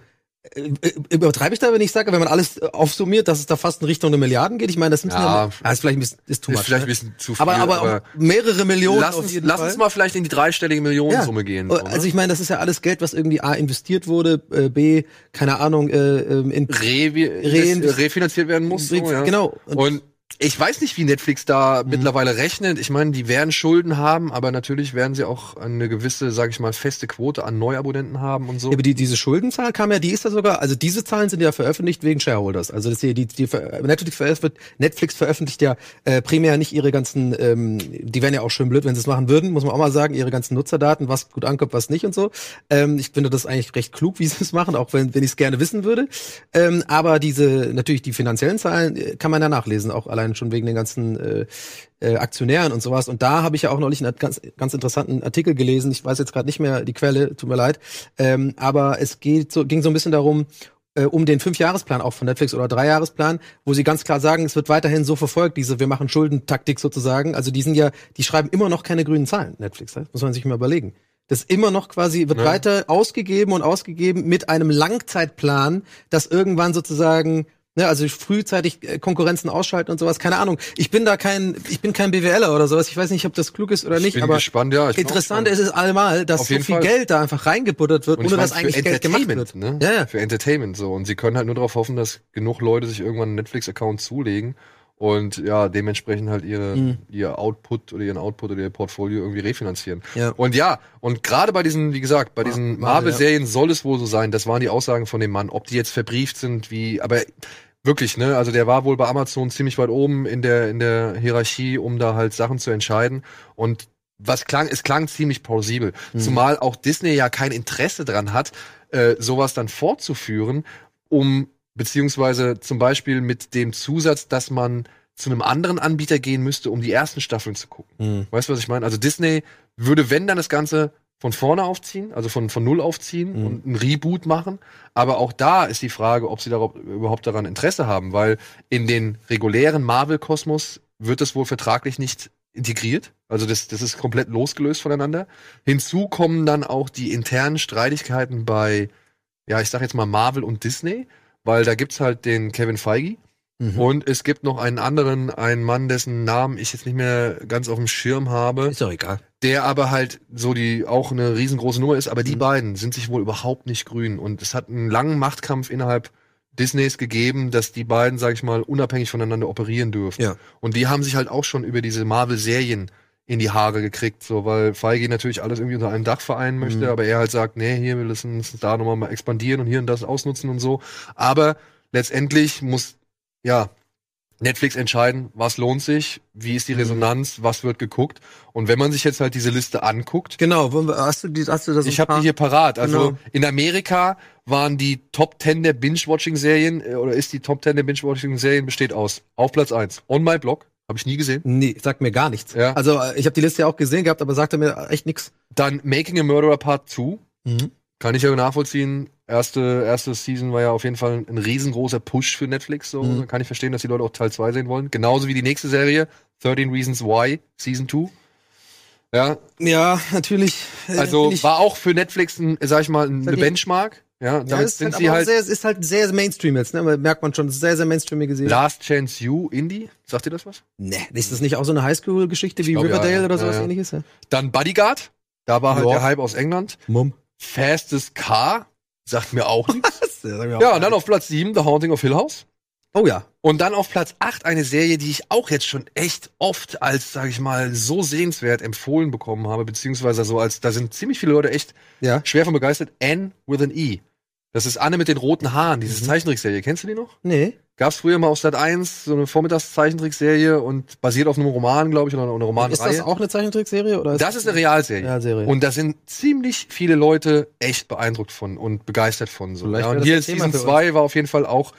Speaker 2: äh, äh, übertreibe ich da, wenn ich sage, wenn man alles äh, aufsummiert, dass es da fast in Richtung eine Milliarden geht? Ich meine, das müssen
Speaker 1: Ja.
Speaker 2: ja ist vielleicht ein bisschen, ist too
Speaker 1: Ist
Speaker 2: much,
Speaker 1: vielleicht ein
Speaker 2: ne?
Speaker 1: bisschen zu viel.
Speaker 2: aber, aber, auch mehrere Millionen
Speaker 1: lass, uns, lass uns mal vielleicht in die dreistellige Millionensumme gehen. so, ne?
Speaker 2: Also ich meine, das ist ja alles Geld, was irgendwie A investiert wurde, äh, B, keine Ahnung, äh, ähm, in
Speaker 1: Revi
Speaker 2: Rein-
Speaker 1: das, äh, refinanziert werden muss. So, ja.
Speaker 2: genau. Mhm.
Speaker 1: Und, ich weiß nicht, wie Netflix da mittlerweile rechnet. Ich meine, die werden Schulden haben, aber natürlich werden sie auch eine gewisse, sage ich mal, feste Quote an Neuabonnenten haben und so.
Speaker 2: Ja, aber die, diese Schuldenzahl kam ja, die ist ja sogar, also diese Zahlen sind ja veröffentlicht wegen Shareholders. Also das hier, die, die ver- Netflix, veröffentlicht, Netflix veröffentlicht ja äh, primär nicht ihre ganzen, ähm, die wären ja auch schön blöd, wenn sie es machen würden, muss man auch mal sagen, ihre ganzen Nutzerdaten, was gut ankommt, was nicht und so. Ähm, ich finde das eigentlich recht klug, wie sie es machen, auch wenn, wenn ich es gerne wissen würde. Ähm, aber diese, natürlich die finanziellen Zahlen äh, kann man ja nachlesen, auch allein schon wegen den ganzen äh, äh, Aktionären und sowas. Und da habe ich ja auch neulich einen ganz, ganz interessanten Artikel gelesen. Ich weiß jetzt gerade nicht mehr die Quelle, tut mir leid. Ähm, aber es geht so, ging so ein bisschen darum, äh, um den Fünfjahresplan auch von Netflix oder Dreijahresplan, wo sie ganz klar sagen, es wird weiterhin so verfolgt, diese Wir machen Schuldentaktik sozusagen. Also die sind ja, die schreiben immer noch keine grünen Zahlen, Netflix. Das muss man sich mal überlegen. Das immer noch quasi wird weiter ausgegeben und ausgegeben mit einem Langzeitplan, dass irgendwann sozusagen Ne, also frühzeitig äh, Konkurrenzen ausschalten und sowas, keine Ahnung. Ich bin da kein, ich bin kein BWLer oder sowas. Ich weiß nicht, ob das klug ist oder
Speaker 1: ich
Speaker 2: nicht,
Speaker 1: bin
Speaker 2: aber
Speaker 1: gespannt, ja. Ich bin auch
Speaker 2: interessant
Speaker 1: gespannt.
Speaker 2: ist es allemal, dass
Speaker 1: Auf
Speaker 2: so
Speaker 1: jeden
Speaker 2: viel
Speaker 1: Fall.
Speaker 2: Geld da einfach reingebuttert wird,
Speaker 1: Und ich
Speaker 2: ohne
Speaker 1: meine,
Speaker 2: dass
Speaker 1: für
Speaker 2: eigentlich Geld gemacht wird.
Speaker 1: Entertainment, Ne?
Speaker 2: Ja, ja.
Speaker 1: Für Entertainment so. Und sie können halt nur darauf hoffen, dass genug Leute sich irgendwann einen Netflix-Account zulegen und ja, dementsprechend halt ihre,
Speaker 2: Mhm.
Speaker 1: ihr Output oder ihren Output oder ihr Portfolio irgendwie refinanzieren.
Speaker 2: Ja.
Speaker 1: Und ja, und gerade bei diesen, wie gesagt, bei diesen
Speaker 2: Marvel,
Speaker 1: Marvel-Serien soll es wohl so sein, das waren die Aussagen von dem Mann, ob die jetzt verbrieft sind, wie, aber wirklich, ne, also der war wohl bei Amazon ziemlich weit oben in der, in der Hierarchie, um da halt Sachen zu entscheiden und was klang, es klang ziemlich plausibel. Zumal auch Disney ja kein Interesse dran hat, äh, sowas dann fortzuführen, um beziehungsweise zum Beispiel mit dem Zusatz, dass man zu einem anderen Anbieter gehen müsste, um die ersten Staffeln zu gucken.
Speaker 2: Mhm.
Speaker 1: Weißt du, was ich meine? Also Disney würde, wenn, dann das Ganze von vorne aufziehen, also von, von null aufziehen
Speaker 2: Mhm.
Speaker 1: und ein Reboot machen. Aber auch da ist die Frage, ob sie darauf, überhaupt daran Interesse haben, weil in den regulären Marvel-Kosmos wird es wohl vertraglich nicht integriert. Also das, das ist komplett losgelöst voneinander. Hinzu kommen dann auch die internen Streitigkeiten bei, ja, ich sag jetzt mal Marvel und Disney, weil da gibt's halt den Kevin Feige
Speaker 2: Mhm.
Speaker 1: und es gibt noch einen anderen, einen Mann, dessen Namen ich jetzt nicht mehr ganz auf dem Schirm habe,
Speaker 2: Ist doch egal.
Speaker 1: der aber halt so die auch eine riesengroße Nummer ist, aber die
Speaker 2: Mhm.
Speaker 1: beiden sind sich wohl überhaupt nicht grün und es hat einen langen Machtkampf innerhalb Disneys gegeben, dass die beiden, sag ich mal, unabhängig voneinander operieren dürfen.
Speaker 2: Ja.
Speaker 1: Und die haben sich halt auch schon über diese Marvel-Serien in die Haare gekriegt, so, weil Feige natürlich alles irgendwie unter einem Dach vereinen möchte,
Speaker 2: Mhm.
Speaker 1: aber er halt sagt, nee, hier, wir lassen uns da nochmal mal expandieren und hier und das ausnutzen und so. Aber letztendlich muss, ja, Netflix entscheiden, was lohnt sich, wie ist die
Speaker 2: Mhm.
Speaker 1: Resonanz, was wird geguckt. Und wenn man sich jetzt halt diese Liste anguckt,
Speaker 2: Genau, wollen wir- hast du, die, hast du das
Speaker 1: ich habe die hier parat. Also
Speaker 2: Genau.
Speaker 1: in Amerika waren die Top 10 der Binge-Watching-Serien, äh, oder ist die Top 10 der Binge-Watching-Serien, besteht aus. Auf Platz 1, On My Blog, habe ich nie gesehen.
Speaker 2: Nee, sagt mir gar nichts.
Speaker 1: Ja.
Speaker 2: Also äh, ich habe die Liste ja auch gesehen gehabt, aber sagte mir echt nichts.
Speaker 1: Dann Making a Murderer Part 2, kann ich ja nachvollziehen. Erste, erste Season war ja auf jeden Fall ein riesengroßer Push für Netflix. So.
Speaker 2: Mhm.
Speaker 1: Da Kann ich verstehen, dass die Leute auch Teil 2 sehen wollen. Genauso wie die nächste Serie, 13 Reasons Why, Season 2. Ja,
Speaker 2: Ja, natürlich. äh,
Speaker 1: also
Speaker 2: bin ich-
Speaker 1: war auch für Netflix, ein, sag ich mal, eine
Speaker 2: die-
Speaker 1: Benchmark. Ja,
Speaker 2: ja,
Speaker 1: damit
Speaker 2: ist,
Speaker 1: sind
Speaker 2: halt,
Speaker 1: sie
Speaker 2: aber auch
Speaker 1: halt
Speaker 2: sehr, ist halt sehr Mainstream jetzt, ne? Merkt man schon, sehr, sehr mainstreamige Serie.
Speaker 1: Last Chance You, Indie. Sagt dir das was?
Speaker 2: Nee, ist das nicht auch so eine Highschool-Geschichte wie
Speaker 1: glaub, ja,
Speaker 2: Riverdale
Speaker 1: ja.
Speaker 2: oder sowas
Speaker 1: Ja, ja.
Speaker 2: ähnliches? Ja?
Speaker 1: Dann Bodyguard. Da war halt
Speaker 2: Ja.
Speaker 1: der Hype aus England.
Speaker 2: Mom.
Speaker 1: Fastest Car. Sagt mir auch nichts.
Speaker 2: Ja,
Speaker 1: ja, und dann auf Platz 7, The Haunting of Hill House.
Speaker 2: Oh ja.
Speaker 1: Und dann auf Platz 8 eine Serie, die ich auch jetzt schon echt oft als, sage ich mal, so sehenswert empfohlen bekommen habe, beziehungsweise so als, da sind ziemlich viele Leute echt
Speaker 2: Ja.
Speaker 1: schwer von begeistert. Anne with an E. Das ist Anne mit den roten Haaren, diese
Speaker 2: Mhm.
Speaker 1: Zeichentrickserie. Kennst du die noch?
Speaker 2: Nee.
Speaker 1: Gab's früher mal auf Sat 1 so eine Vormittagszeichentrickserie und basiert auf einem Roman, glaube ich, oder einer Romanreihe.
Speaker 2: ist das auch eine Zeichentrickserie? Oder
Speaker 1: das ist eine Realserie.
Speaker 2: Realserie.
Speaker 1: Und da sind ziemlich viele Leute echt beeindruckt von und begeistert von. So.
Speaker 2: Vielleicht
Speaker 1: Ja,
Speaker 2: wäre
Speaker 1: und
Speaker 2: das
Speaker 1: hier
Speaker 2: ein
Speaker 1: ist
Speaker 2: Thema
Speaker 1: Season
Speaker 2: für
Speaker 1: 2 war auf jeden Fall auch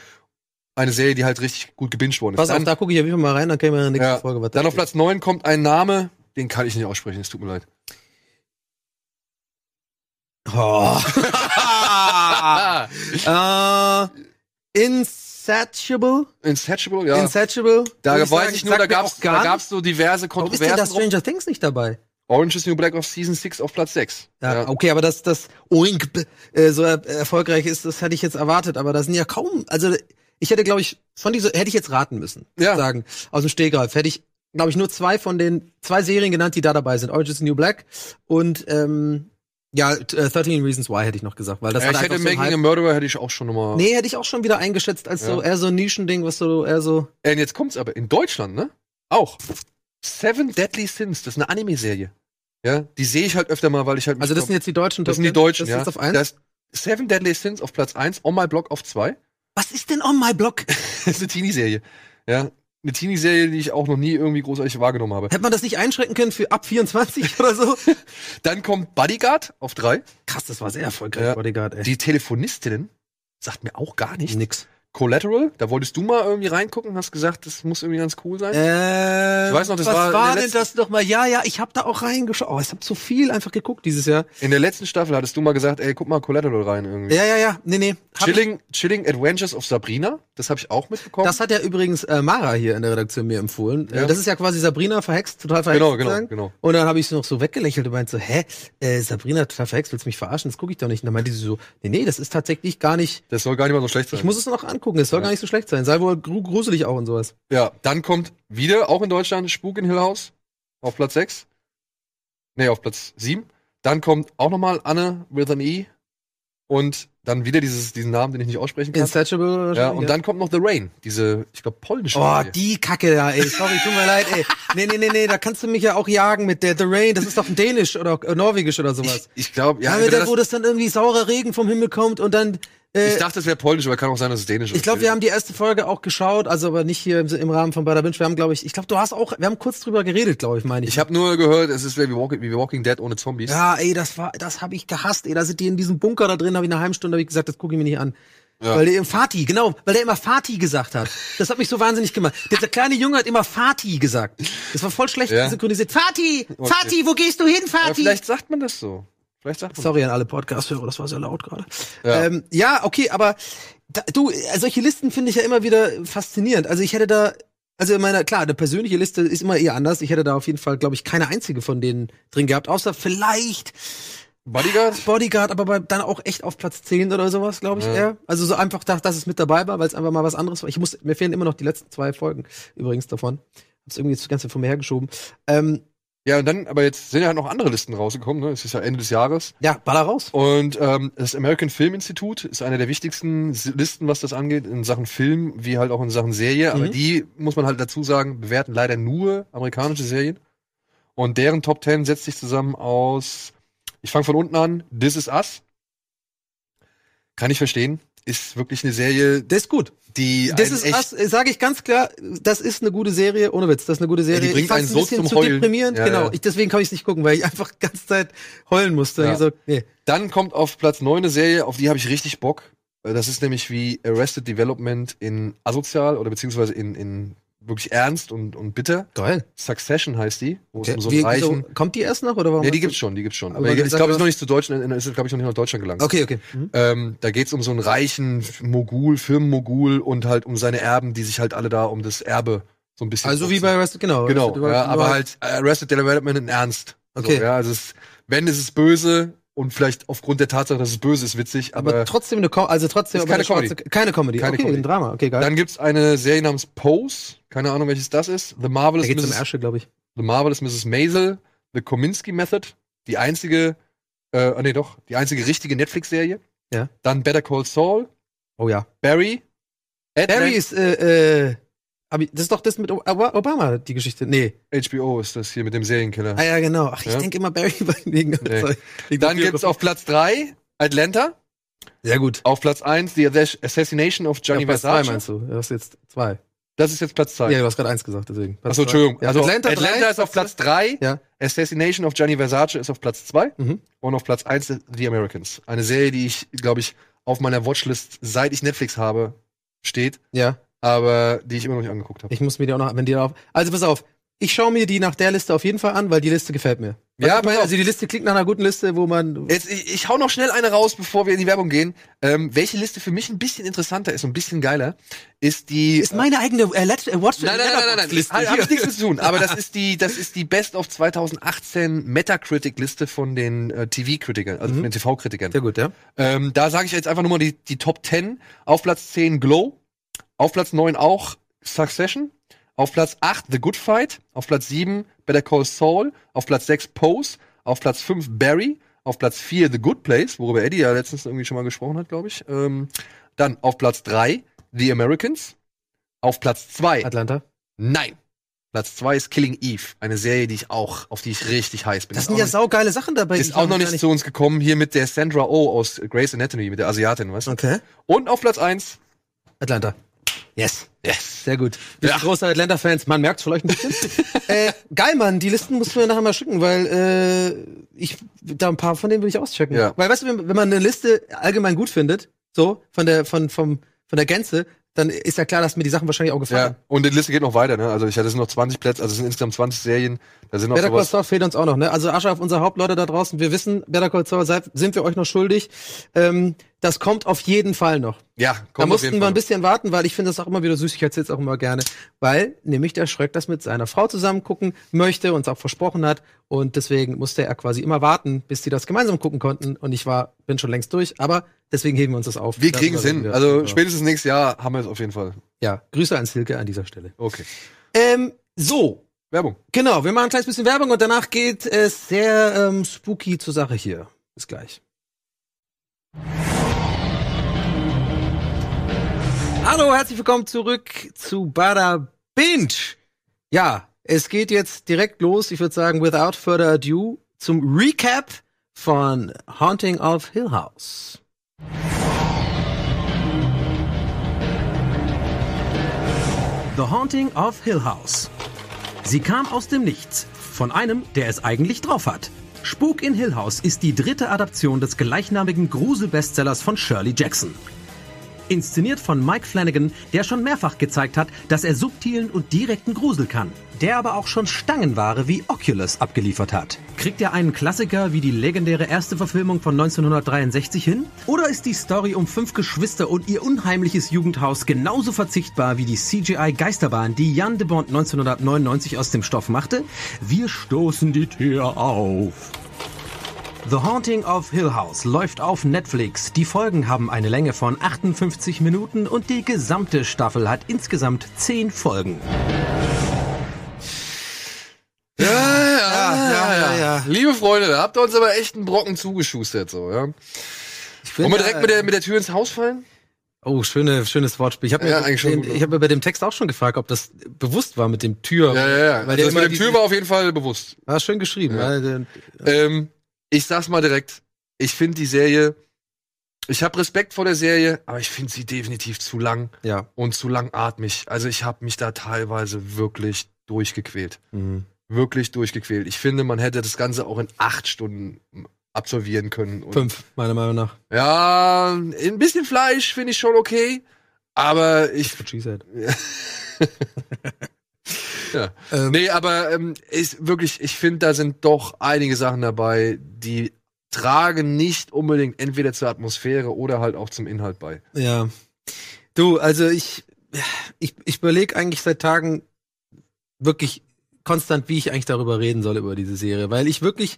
Speaker 1: eine Serie, die halt richtig gut gebinged worden ist.
Speaker 2: Pass auf,
Speaker 1: dann,
Speaker 2: da gucke ich auf jeden Fall mal rein, dann können wir in der nächsten
Speaker 1: Ja.
Speaker 2: Folge was
Speaker 1: dann auf
Speaker 2: dazu-
Speaker 1: Platz 9 kommt ein Name, den kann ich nicht aussprechen, es tut mir leid. Ah.
Speaker 2: Oh. äh, insatiable?
Speaker 1: Insatiable, ja.
Speaker 2: Insatiable?
Speaker 1: da
Speaker 2: Würde
Speaker 1: weiß
Speaker 2: sagen,
Speaker 1: ich nur,
Speaker 2: sagt
Speaker 1: da
Speaker 2: mir
Speaker 1: gab's,
Speaker 2: auch
Speaker 1: da
Speaker 2: gar
Speaker 1: gab's so diverse
Speaker 2: Warum ist denn da
Speaker 1: Kontroversen. drum.
Speaker 2: Stranger Things nicht dabei?
Speaker 1: Orange is the New Black of Season 6 auf Platz 6.
Speaker 2: Ja, Okay, aber dass das Oink b- äh, so er erfolgreich ist, das hätte ich jetzt erwartet, aber da sind ja kaum, also ich hätte glaube ich von dieser hätte ich jetzt raten müssen,
Speaker 1: Ja.
Speaker 2: sagen aus dem Stegreif hätte ich glaube ich nur zwei von den zwei Serien genannt, die da dabei sind, Orange is the New Black und ähm, ja t- äh, 13 Reasons Why hätte ich noch gesagt, weil das
Speaker 1: Ja,
Speaker 2: hat
Speaker 1: ich hätte
Speaker 2: einfach so einen
Speaker 1: Making a
Speaker 2: Hype.
Speaker 1: Murderer hätte ich auch schon nochmal.
Speaker 2: Nee, hätte ich auch schon wieder eingeschätzt als so
Speaker 1: Ja.
Speaker 2: eher so ein Nischending, was so eher so
Speaker 1: Äh, jetzt kommt's aber. In Deutschland, ne? Auch. Seven Deadly Sins, das ist eine Anime-Serie. Ja, die sehe ich halt öfter mal, weil ich halt. mich
Speaker 2: also das sind jetzt die deutschen
Speaker 1: das sind
Speaker 2: Top
Speaker 1: die
Speaker 2: Ten?
Speaker 1: Deutschen,
Speaker 2: das
Speaker 1: ja.
Speaker 2: ist auf eins.
Speaker 1: Das Seven Deadly Sins auf Platz 1, On My Block auf 2.
Speaker 2: Was ist denn on my block?
Speaker 1: das ist eine Teenie-Serie. Ja, eine Teenie-Serie, die ich auch noch nie irgendwie großartig wahrgenommen habe.
Speaker 2: Hätte man das nicht einschränken können für ab 24 oder so?
Speaker 1: Dann kommt Bodyguard auf 3.
Speaker 2: Krass, das war sehr erfolgreich,
Speaker 1: Ja.
Speaker 2: Bodyguard, ey.
Speaker 1: Die Telefonistinnen sagt mir auch gar nichts.
Speaker 2: Nix.
Speaker 1: Collateral, da wolltest du mal irgendwie reingucken, hast gesagt, das muss irgendwie ganz cool sein.
Speaker 2: Äh,
Speaker 1: Ich weiß noch, das
Speaker 2: was
Speaker 1: war in
Speaker 2: war,
Speaker 1: der
Speaker 2: denn
Speaker 1: letzten-
Speaker 2: das nochmal? Ja, ja, ich habe da auch reingeschaut. Oh, ich habe zu viel einfach geguckt dieses Jahr.
Speaker 1: In der letzten Staffel hattest du mal gesagt, ey, guck mal Collateral rein irgendwie.
Speaker 2: Ja, ja, ja. Nee, nee. Hab ich,
Speaker 1: Chilling, Chilling Adventures of Sabrina, das habe ich auch mitbekommen.
Speaker 2: das hat ja übrigens äh, Mara hier in der Redaktion mir empfohlen.
Speaker 1: Ja.
Speaker 2: Äh, das ist ja quasi Sabrina verhext, total verhext.
Speaker 1: Genau, genau,
Speaker 2: sozusagen.
Speaker 1: genau.
Speaker 2: Und dann habe ich sie noch so weggelächelt und meinte so, hä, äh, Sabrina total verhext, willst du mich verarschen? Das gucke ich doch nicht. Und dann meinte sie so, nee, nee, das ist tatsächlich gar nicht.
Speaker 1: das soll gar nicht mal so schlecht sein.
Speaker 2: Ich muss es noch angucken, es soll
Speaker 1: Ja.
Speaker 2: gar nicht so schlecht sein. Sei wohl gru- gruselig auch und sowas.
Speaker 1: ja, dann kommt wieder, auch in Deutschland, Spuk in Hill House auf Platz 6. Nee, auf Platz 7. Dann kommt auch nochmal Anne with an E. Und dann wieder dieses, diesen Namen, den ich nicht aussprechen kann.
Speaker 2: Insatiable oder
Speaker 1: Ja, und dann kommt noch The Rain, diese, ich glaube, polnische
Speaker 2: Oh,
Speaker 1: Serie.
Speaker 2: die Kacke da, ey. Sorry, tut mir leid, ey. Nee, nee, nee, nee, da kannst du mich ja auch jagen mit der The Rain. Das ist doch ein Dänisch oder äh, Norwegisch oder sowas.
Speaker 1: Ich, ich glaube, ja,
Speaker 2: ja, mit
Speaker 1: entweder
Speaker 2: der, wo das dann irgendwie saurer Regen vom Himmel kommt und dann.
Speaker 1: das,
Speaker 2: Äh,
Speaker 1: ich dachte, es wäre polnisch, aber kann auch sein, dass es dänisch ist.
Speaker 2: ich glaube, wir haben die erste Folge auch geschaut, also aber nicht hier im, im Rahmen von Bada Binge. Wir haben, glaube ich, ich glaube, du hast auch, wir haben kurz drüber geredet, glaube ich, meine ich.
Speaker 1: Ich habe nur gehört, es ist wie Walking, wie Walking Dead ohne Zombies.
Speaker 2: ja, ey, das war, das habe ich gehasst, ey. Da sind die in diesem Bunker da drin, habe ich eine halbe Stunde, habe ich gesagt, das gucke ich mir nicht an.
Speaker 1: Ja.
Speaker 2: Weil der im Fati, genau, weil der immer Fati gesagt hat. Das hat mich so wahnsinnig gemacht. Dieser kleine Junge hat immer Fati gesagt. Das war voll schlecht
Speaker 1: Ja.
Speaker 2: synchronisiert. Fati! Fati, wo gehst du hin,
Speaker 1: aber
Speaker 2: Fati?
Speaker 1: vielleicht sagt man das so. Vielleicht sagt man
Speaker 2: Sorry an alle Podcast-Hörer, das war sehr laut gerade.
Speaker 1: Ja.
Speaker 2: Ja. Ähm, ja, okay, aber da, du, äh, solche Listen finde ich ja immer wieder faszinierend. Also ich hätte da, Also, ich meine, klar, eine persönliche Liste ist immer eher anders. Ich hätte da auf jeden Fall, glaube ich, keine einzige von denen drin gehabt, außer vielleicht
Speaker 1: Bodyguard?
Speaker 2: Bodyguard, aber bei, dann auch echt auf Platz 10 oder sowas, glaube ich
Speaker 1: Ja.
Speaker 2: eher. Also so einfach, dass, dass es mit dabei war, weil es einfach mal was anderes war. Ich muss, mir fehlen immer noch die letzten zwei Folgen übrigens davon. Hab's irgendwie das Ganze vor mir hergeschoben. Ähm,
Speaker 1: Ja, und dann, aber jetzt sind ja halt noch andere Listen rausgekommen, ne? Es ist ja Ende des Jahres.
Speaker 2: ja, baller raus.
Speaker 1: Und ähm, das American Film Institute ist einer der wichtigsten S- Listen, was das angeht, in Sachen Film, wie halt auch in Sachen Serie. Aber
Speaker 2: Mhm.
Speaker 1: die, muss man halt dazu sagen, bewerten leider nur amerikanische Serien. Und deren Top Ten setzt sich zusammen aus, ich fange von unten an, This Is Us. Kann ich verstehen. Ist wirklich eine Serie,
Speaker 2: Das ist gut.
Speaker 1: die
Speaker 2: Das
Speaker 1: einen
Speaker 2: ist, sage ich ganz klar, das ist eine gute Serie, ohne Witz, das ist eine gute Serie.
Speaker 1: die bringt
Speaker 2: ich fand's
Speaker 1: einen so zum
Speaker 2: zu
Speaker 1: Heulen.
Speaker 2: deprimierend,
Speaker 1: Ja,
Speaker 2: genau.
Speaker 1: ja.
Speaker 2: Ich, deswegen konnte ich nicht gucken, weil ich einfach die ganze Zeit heulen musste.
Speaker 1: Ja.
Speaker 2: Ich so, nee.
Speaker 1: Dann kommt auf Platz 9 eine Serie, auf die habe ich richtig Bock. Äh, Das ist nämlich wie Arrested Development in asozial oder beziehungsweise in, in wirklich ernst und, und bitter.
Speaker 2: Geil.
Speaker 1: Succession heißt die, wo es um so
Speaker 2: Wie-
Speaker 1: einen reichen.
Speaker 2: kommt die erst noch oder warum?
Speaker 1: ja, die gibt's schon, die gibt's schon.
Speaker 2: Aber
Speaker 1: Aber ich
Speaker 2: du-
Speaker 1: ich glaube,
Speaker 2: du-
Speaker 1: ist noch nicht zu Deutschland, ist glaube ich noch nicht nach Deutschland gelangt.
Speaker 2: Okay, okay. Mhm.
Speaker 1: Ähm, da geht's um so einen reichen Mogul, Firmenmogul und halt um seine Erben, die sich halt alle da um das Erbe so ein bisschen.
Speaker 2: Also wie bei Arrested, genau.
Speaker 1: Genau,
Speaker 2: Arrested Development,
Speaker 1: ja, aber
Speaker 2: nur
Speaker 1: halt Arrested Development in Ernst.
Speaker 2: Okay.
Speaker 1: So, ja, also es, wenn ist es böse und vielleicht aufgrund der Tatsache, dass es böse ist, witzig,
Speaker 2: Aber,
Speaker 1: aber,
Speaker 2: trotzdem eine Com also trotzdem
Speaker 1: Ist
Speaker 2: aber eine
Speaker 1: keine Comedy.
Speaker 2: schwarze- keine Comedy.
Speaker 1: Keine
Speaker 2: okay,
Speaker 1: Comedy.
Speaker 2: ein Drama. Okay, geil.
Speaker 1: dann gibt's eine Serie namens Pose, keine Ahnung welches das ist, The Marvelous,
Speaker 2: da geht's um
Speaker 1: Mrs.,
Speaker 2: Ärsche, glaube ich.
Speaker 1: The Marvelous Mrs. Maisel, The Kominsky Method, die einzige, äh, ah, nee doch, die einzige richtige Netflix-Serie.
Speaker 2: Ja.
Speaker 1: Dann Better Call Saul,
Speaker 2: Oh ja.
Speaker 1: Barry,
Speaker 2: Barry
Speaker 1: Barry
Speaker 2: ist äh, äh hab ich, das ist doch das mit Ob- Ob- Obama die Geschichte. Nee.
Speaker 1: HBO ist das hier mit dem Serienkiller.
Speaker 2: Ah ja, genau. Ach, ich
Speaker 1: Ja.
Speaker 2: denke immer Barry wegen
Speaker 1: Nee.
Speaker 2: sorry. Wegen
Speaker 1: Dann
Speaker 2: der
Speaker 1: gibt's auf Platz drei Atlanta,
Speaker 2: Sehr gut.
Speaker 1: auf Platz eins The Assassination of Johnny
Speaker 2: Ja, Platz zwei
Speaker 1: Versace.
Speaker 2: meinst du? Du hast jetzt zwei.
Speaker 1: Das ist jetzt Platz zwei.
Speaker 2: Ja, du hast gerade eins gesagt, deswegen. Platz
Speaker 1: Achso,
Speaker 2: zwei.
Speaker 1: Entschuldigung.
Speaker 2: Ja,
Speaker 1: also
Speaker 2: Atlanta,
Speaker 1: Atlanta,
Speaker 2: drei,
Speaker 1: ist auf Platz 3.
Speaker 2: Ja.
Speaker 1: Assassination of Gianni Versace ist auf Platz 2.
Speaker 2: Mhm.
Speaker 1: Und auf Platz 1 The Americans. Eine Serie, die ich, glaube ich, auf meiner Watchlist, seit ich Netflix habe, steht,
Speaker 2: Ja,
Speaker 1: aber die ich immer noch nicht angeguckt habe.
Speaker 2: ich muss mir die auch noch, wenn die auf. Also pass auf. Ich schaue mir die nach der Liste auf jeden Fall an, weil die Liste gefällt mir.
Speaker 1: Ja,
Speaker 2: Weil-
Speaker 1: pass auf. Äh,
Speaker 2: also die Liste klingt nach einer guten Liste, wo man
Speaker 1: Jetzt, ich, ich hau noch schnell eine raus, bevor wir in die Werbung gehen. Ähm, welche Liste für mich ein bisschen interessanter ist und ein bisschen geiler, ist die.
Speaker 2: ist meine eigene äh, Let's- äh, Watch
Speaker 1: Nein, nein, nein, Halt, nein, nein, nein.
Speaker 2: Letterboxd-Liste
Speaker 1: Hat, hat
Speaker 2: hier.
Speaker 1: nichts mit zu tun. Aber das ist die, das ist die Best of 2018 Metacritic-Liste von den äh, TV-Kritikern, also von den TV-Kritikern.
Speaker 2: Sehr gut, ja.
Speaker 1: Ähm, da sage ich jetzt einfach nur mal die, die Top 10. Auf Platz 10 Glow, auf Platz 9 auch Succession, auf Platz 8 The Good Fight, auf Platz 7 Better Call Saul, auf Platz 6 Pose, auf Platz 5 Barry, auf Platz 4 The Good Place, worüber Eddie ja letztens irgendwie schon mal gesprochen hat, glaube ich. Ähm, dann auf Platz 3 The Americans, auf Platz 2
Speaker 2: Atlanta.
Speaker 1: Nein. Platz 2 ist Killing Eve, eine Serie, die ich auch, auf die ich richtig heiß bin.
Speaker 2: Das
Speaker 1: Ist
Speaker 2: sind
Speaker 1: auch
Speaker 2: ja
Speaker 1: noch-
Speaker 2: saugeile Sachen dabei. die
Speaker 1: ist auch noch
Speaker 2: gar
Speaker 1: nicht zu uns gekommen, hier mit der Sandra O oh aus Grey's Anatomy, mit der Asiatin, weißt du?
Speaker 2: Okay.
Speaker 1: Und auf Platz 1.
Speaker 2: Atlanta. Yes.
Speaker 1: Yes.
Speaker 2: Sehr gut. Wir
Speaker 1: Ja.
Speaker 2: sind große Atlanta-Fans. Man merkt's vielleicht ein bisschen. äh, geil, Mann. Die Listen musst du mir nachher mal schicken, weil äh, ich da ein paar von denen will ich auschecken.
Speaker 1: Ja.
Speaker 2: Weil weißt du, wenn, wenn man eine Liste allgemein gut findet, so von der von vom von der Gänze, dann ist ja klar, dass mir die Sachen wahrscheinlich auch gefallen.
Speaker 1: Ja. Und die Liste geht noch weiter, ne? Also ich hatte es sind noch 20 Plätze, also es sind insgesamt 20 Serien. Da sind noch
Speaker 2: Better Call
Speaker 1: sowas.
Speaker 2: Saul fehlt uns auch noch, ne? Also Asche auf unsere Hauptleute da draußen. Wir wissen, Better Call Saul seid, sind wir euch noch schuldig. Ähm, das kommt auf jeden Fall noch.
Speaker 1: Ja,
Speaker 2: da
Speaker 1: kommt auf jeden
Speaker 2: mussten wir ein
Speaker 1: Fall.
Speaker 2: bisschen warten, weil ich finde das auch immer wieder süß. Ich erzähle es auch immer gerne, weil nämlich der Schröck das mit seiner Frau zusammen gucken möchte und es auch versprochen hat. Und deswegen musste er quasi immer warten, bis die das gemeinsam gucken konnten. Und ich war, bin schon längst durch, aber deswegen heben wir uns das auf.
Speaker 1: Wir
Speaker 2: Darüber
Speaker 1: kriegen es
Speaker 2: reden
Speaker 1: hin.
Speaker 2: wir.
Speaker 1: Also
Speaker 2: Ja.
Speaker 1: spätestens nächstes Jahr haben wir es auf jeden Fall.
Speaker 2: Ja, Grüße an Silke an dieser Stelle.
Speaker 1: Okay.
Speaker 2: Ähm, so,
Speaker 1: Werbung.
Speaker 2: genau, wir machen ein kleines bisschen Werbung und danach geht es sehr ähm, spooky zur Sache hier. Bis gleich. Hallo, herzlich willkommen zurück zu Bada Binge. Ja, es geht jetzt direkt los. Ich würde sagen, without further ado, zum Recap von Haunting of Hill House.
Speaker 3: The Haunting of Hill House. Sie kam aus dem Nichts, von einem, der es eigentlich drauf hat. Spuk in Hill House ist die dritte Adaption des gleichnamigen Gruselbestsellers von Shirley Jackson. Inszeniert von Mike Flanagan, der schon mehrfach gezeigt hat, dass er subtilen und direkten Grusel kann. Der aber auch schon Stangenware wie Oculus abgeliefert hat. Kriegt er einen Klassiker wie die legendäre erste Verfilmung von 1963 hin? Oder ist die Story um fünf Geschwister und ihr unheimliches Jugendhaus genauso verzichtbar wie die CGI-Geisterbahn, die Jan de Bond 1999 aus dem Stoff machte? Wir stoßen die Tür auf. The Haunting of Hill House läuft auf Netflix. Die Folgen haben eine Länge von 58 Minuten und die gesamte Staffel hat insgesamt 10 Folgen.
Speaker 1: ja, ja, ja, ja. Liebe Freunde, da habt ihr uns aber echt einen Brocken zugeschustert, so, ja.
Speaker 2: Ich
Speaker 1: Wollen
Speaker 2: finde,
Speaker 1: wir direkt mit der, mit der Tür ins Haus fallen?
Speaker 2: Oh, schöne, schönes Wortspiel. Ich habe
Speaker 1: Ja,
Speaker 2: mir
Speaker 1: eigentlich schon
Speaker 2: den,
Speaker 1: gut, ne?
Speaker 2: ich habe mir bei dem Text auch schon gefragt, ob das bewusst war mit dem Tür.
Speaker 1: Ja, ja, ja.
Speaker 2: Weil
Speaker 1: Also
Speaker 2: der
Speaker 1: das
Speaker 2: immer
Speaker 1: mit der
Speaker 2: diesen-
Speaker 1: Tür war auf jeden Fall bewusst.
Speaker 2: War schön geschrieben.
Speaker 1: Ja.
Speaker 2: weil der-
Speaker 1: Ähm, ich sag's mal direkt. Ich finde die Serie, ich habe Respekt vor der Serie, aber ich finde sie definitiv zu lang
Speaker 2: Ja.
Speaker 1: und zu langatmig. Also ich habe mich da teilweise wirklich durchgequält.
Speaker 2: Mhm.
Speaker 1: Wirklich durchgequält. Ich finde, man hätte das Ganze auch in acht Stunden absolvieren können. Und
Speaker 2: Fünf, meiner Meinung nach.
Speaker 1: Ja, ein bisschen Fleisch finde ich schon okay, aber ich
Speaker 2: What she said.
Speaker 1: Ja.
Speaker 2: Ähm,
Speaker 1: Nee, aber ähm, ist wirklich, ich finde, da sind doch einige Sachen dabei, die tragen nicht unbedingt entweder zur Atmosphäre oder halt auch zum Inhalt bei.
Speaker 2: Ja. Du, also ich, ich, ich überlege eigentlich seit Tagen wirklich konstant, wie ich eigentlich darüber reden soll über diese Serie, weil ich wirklich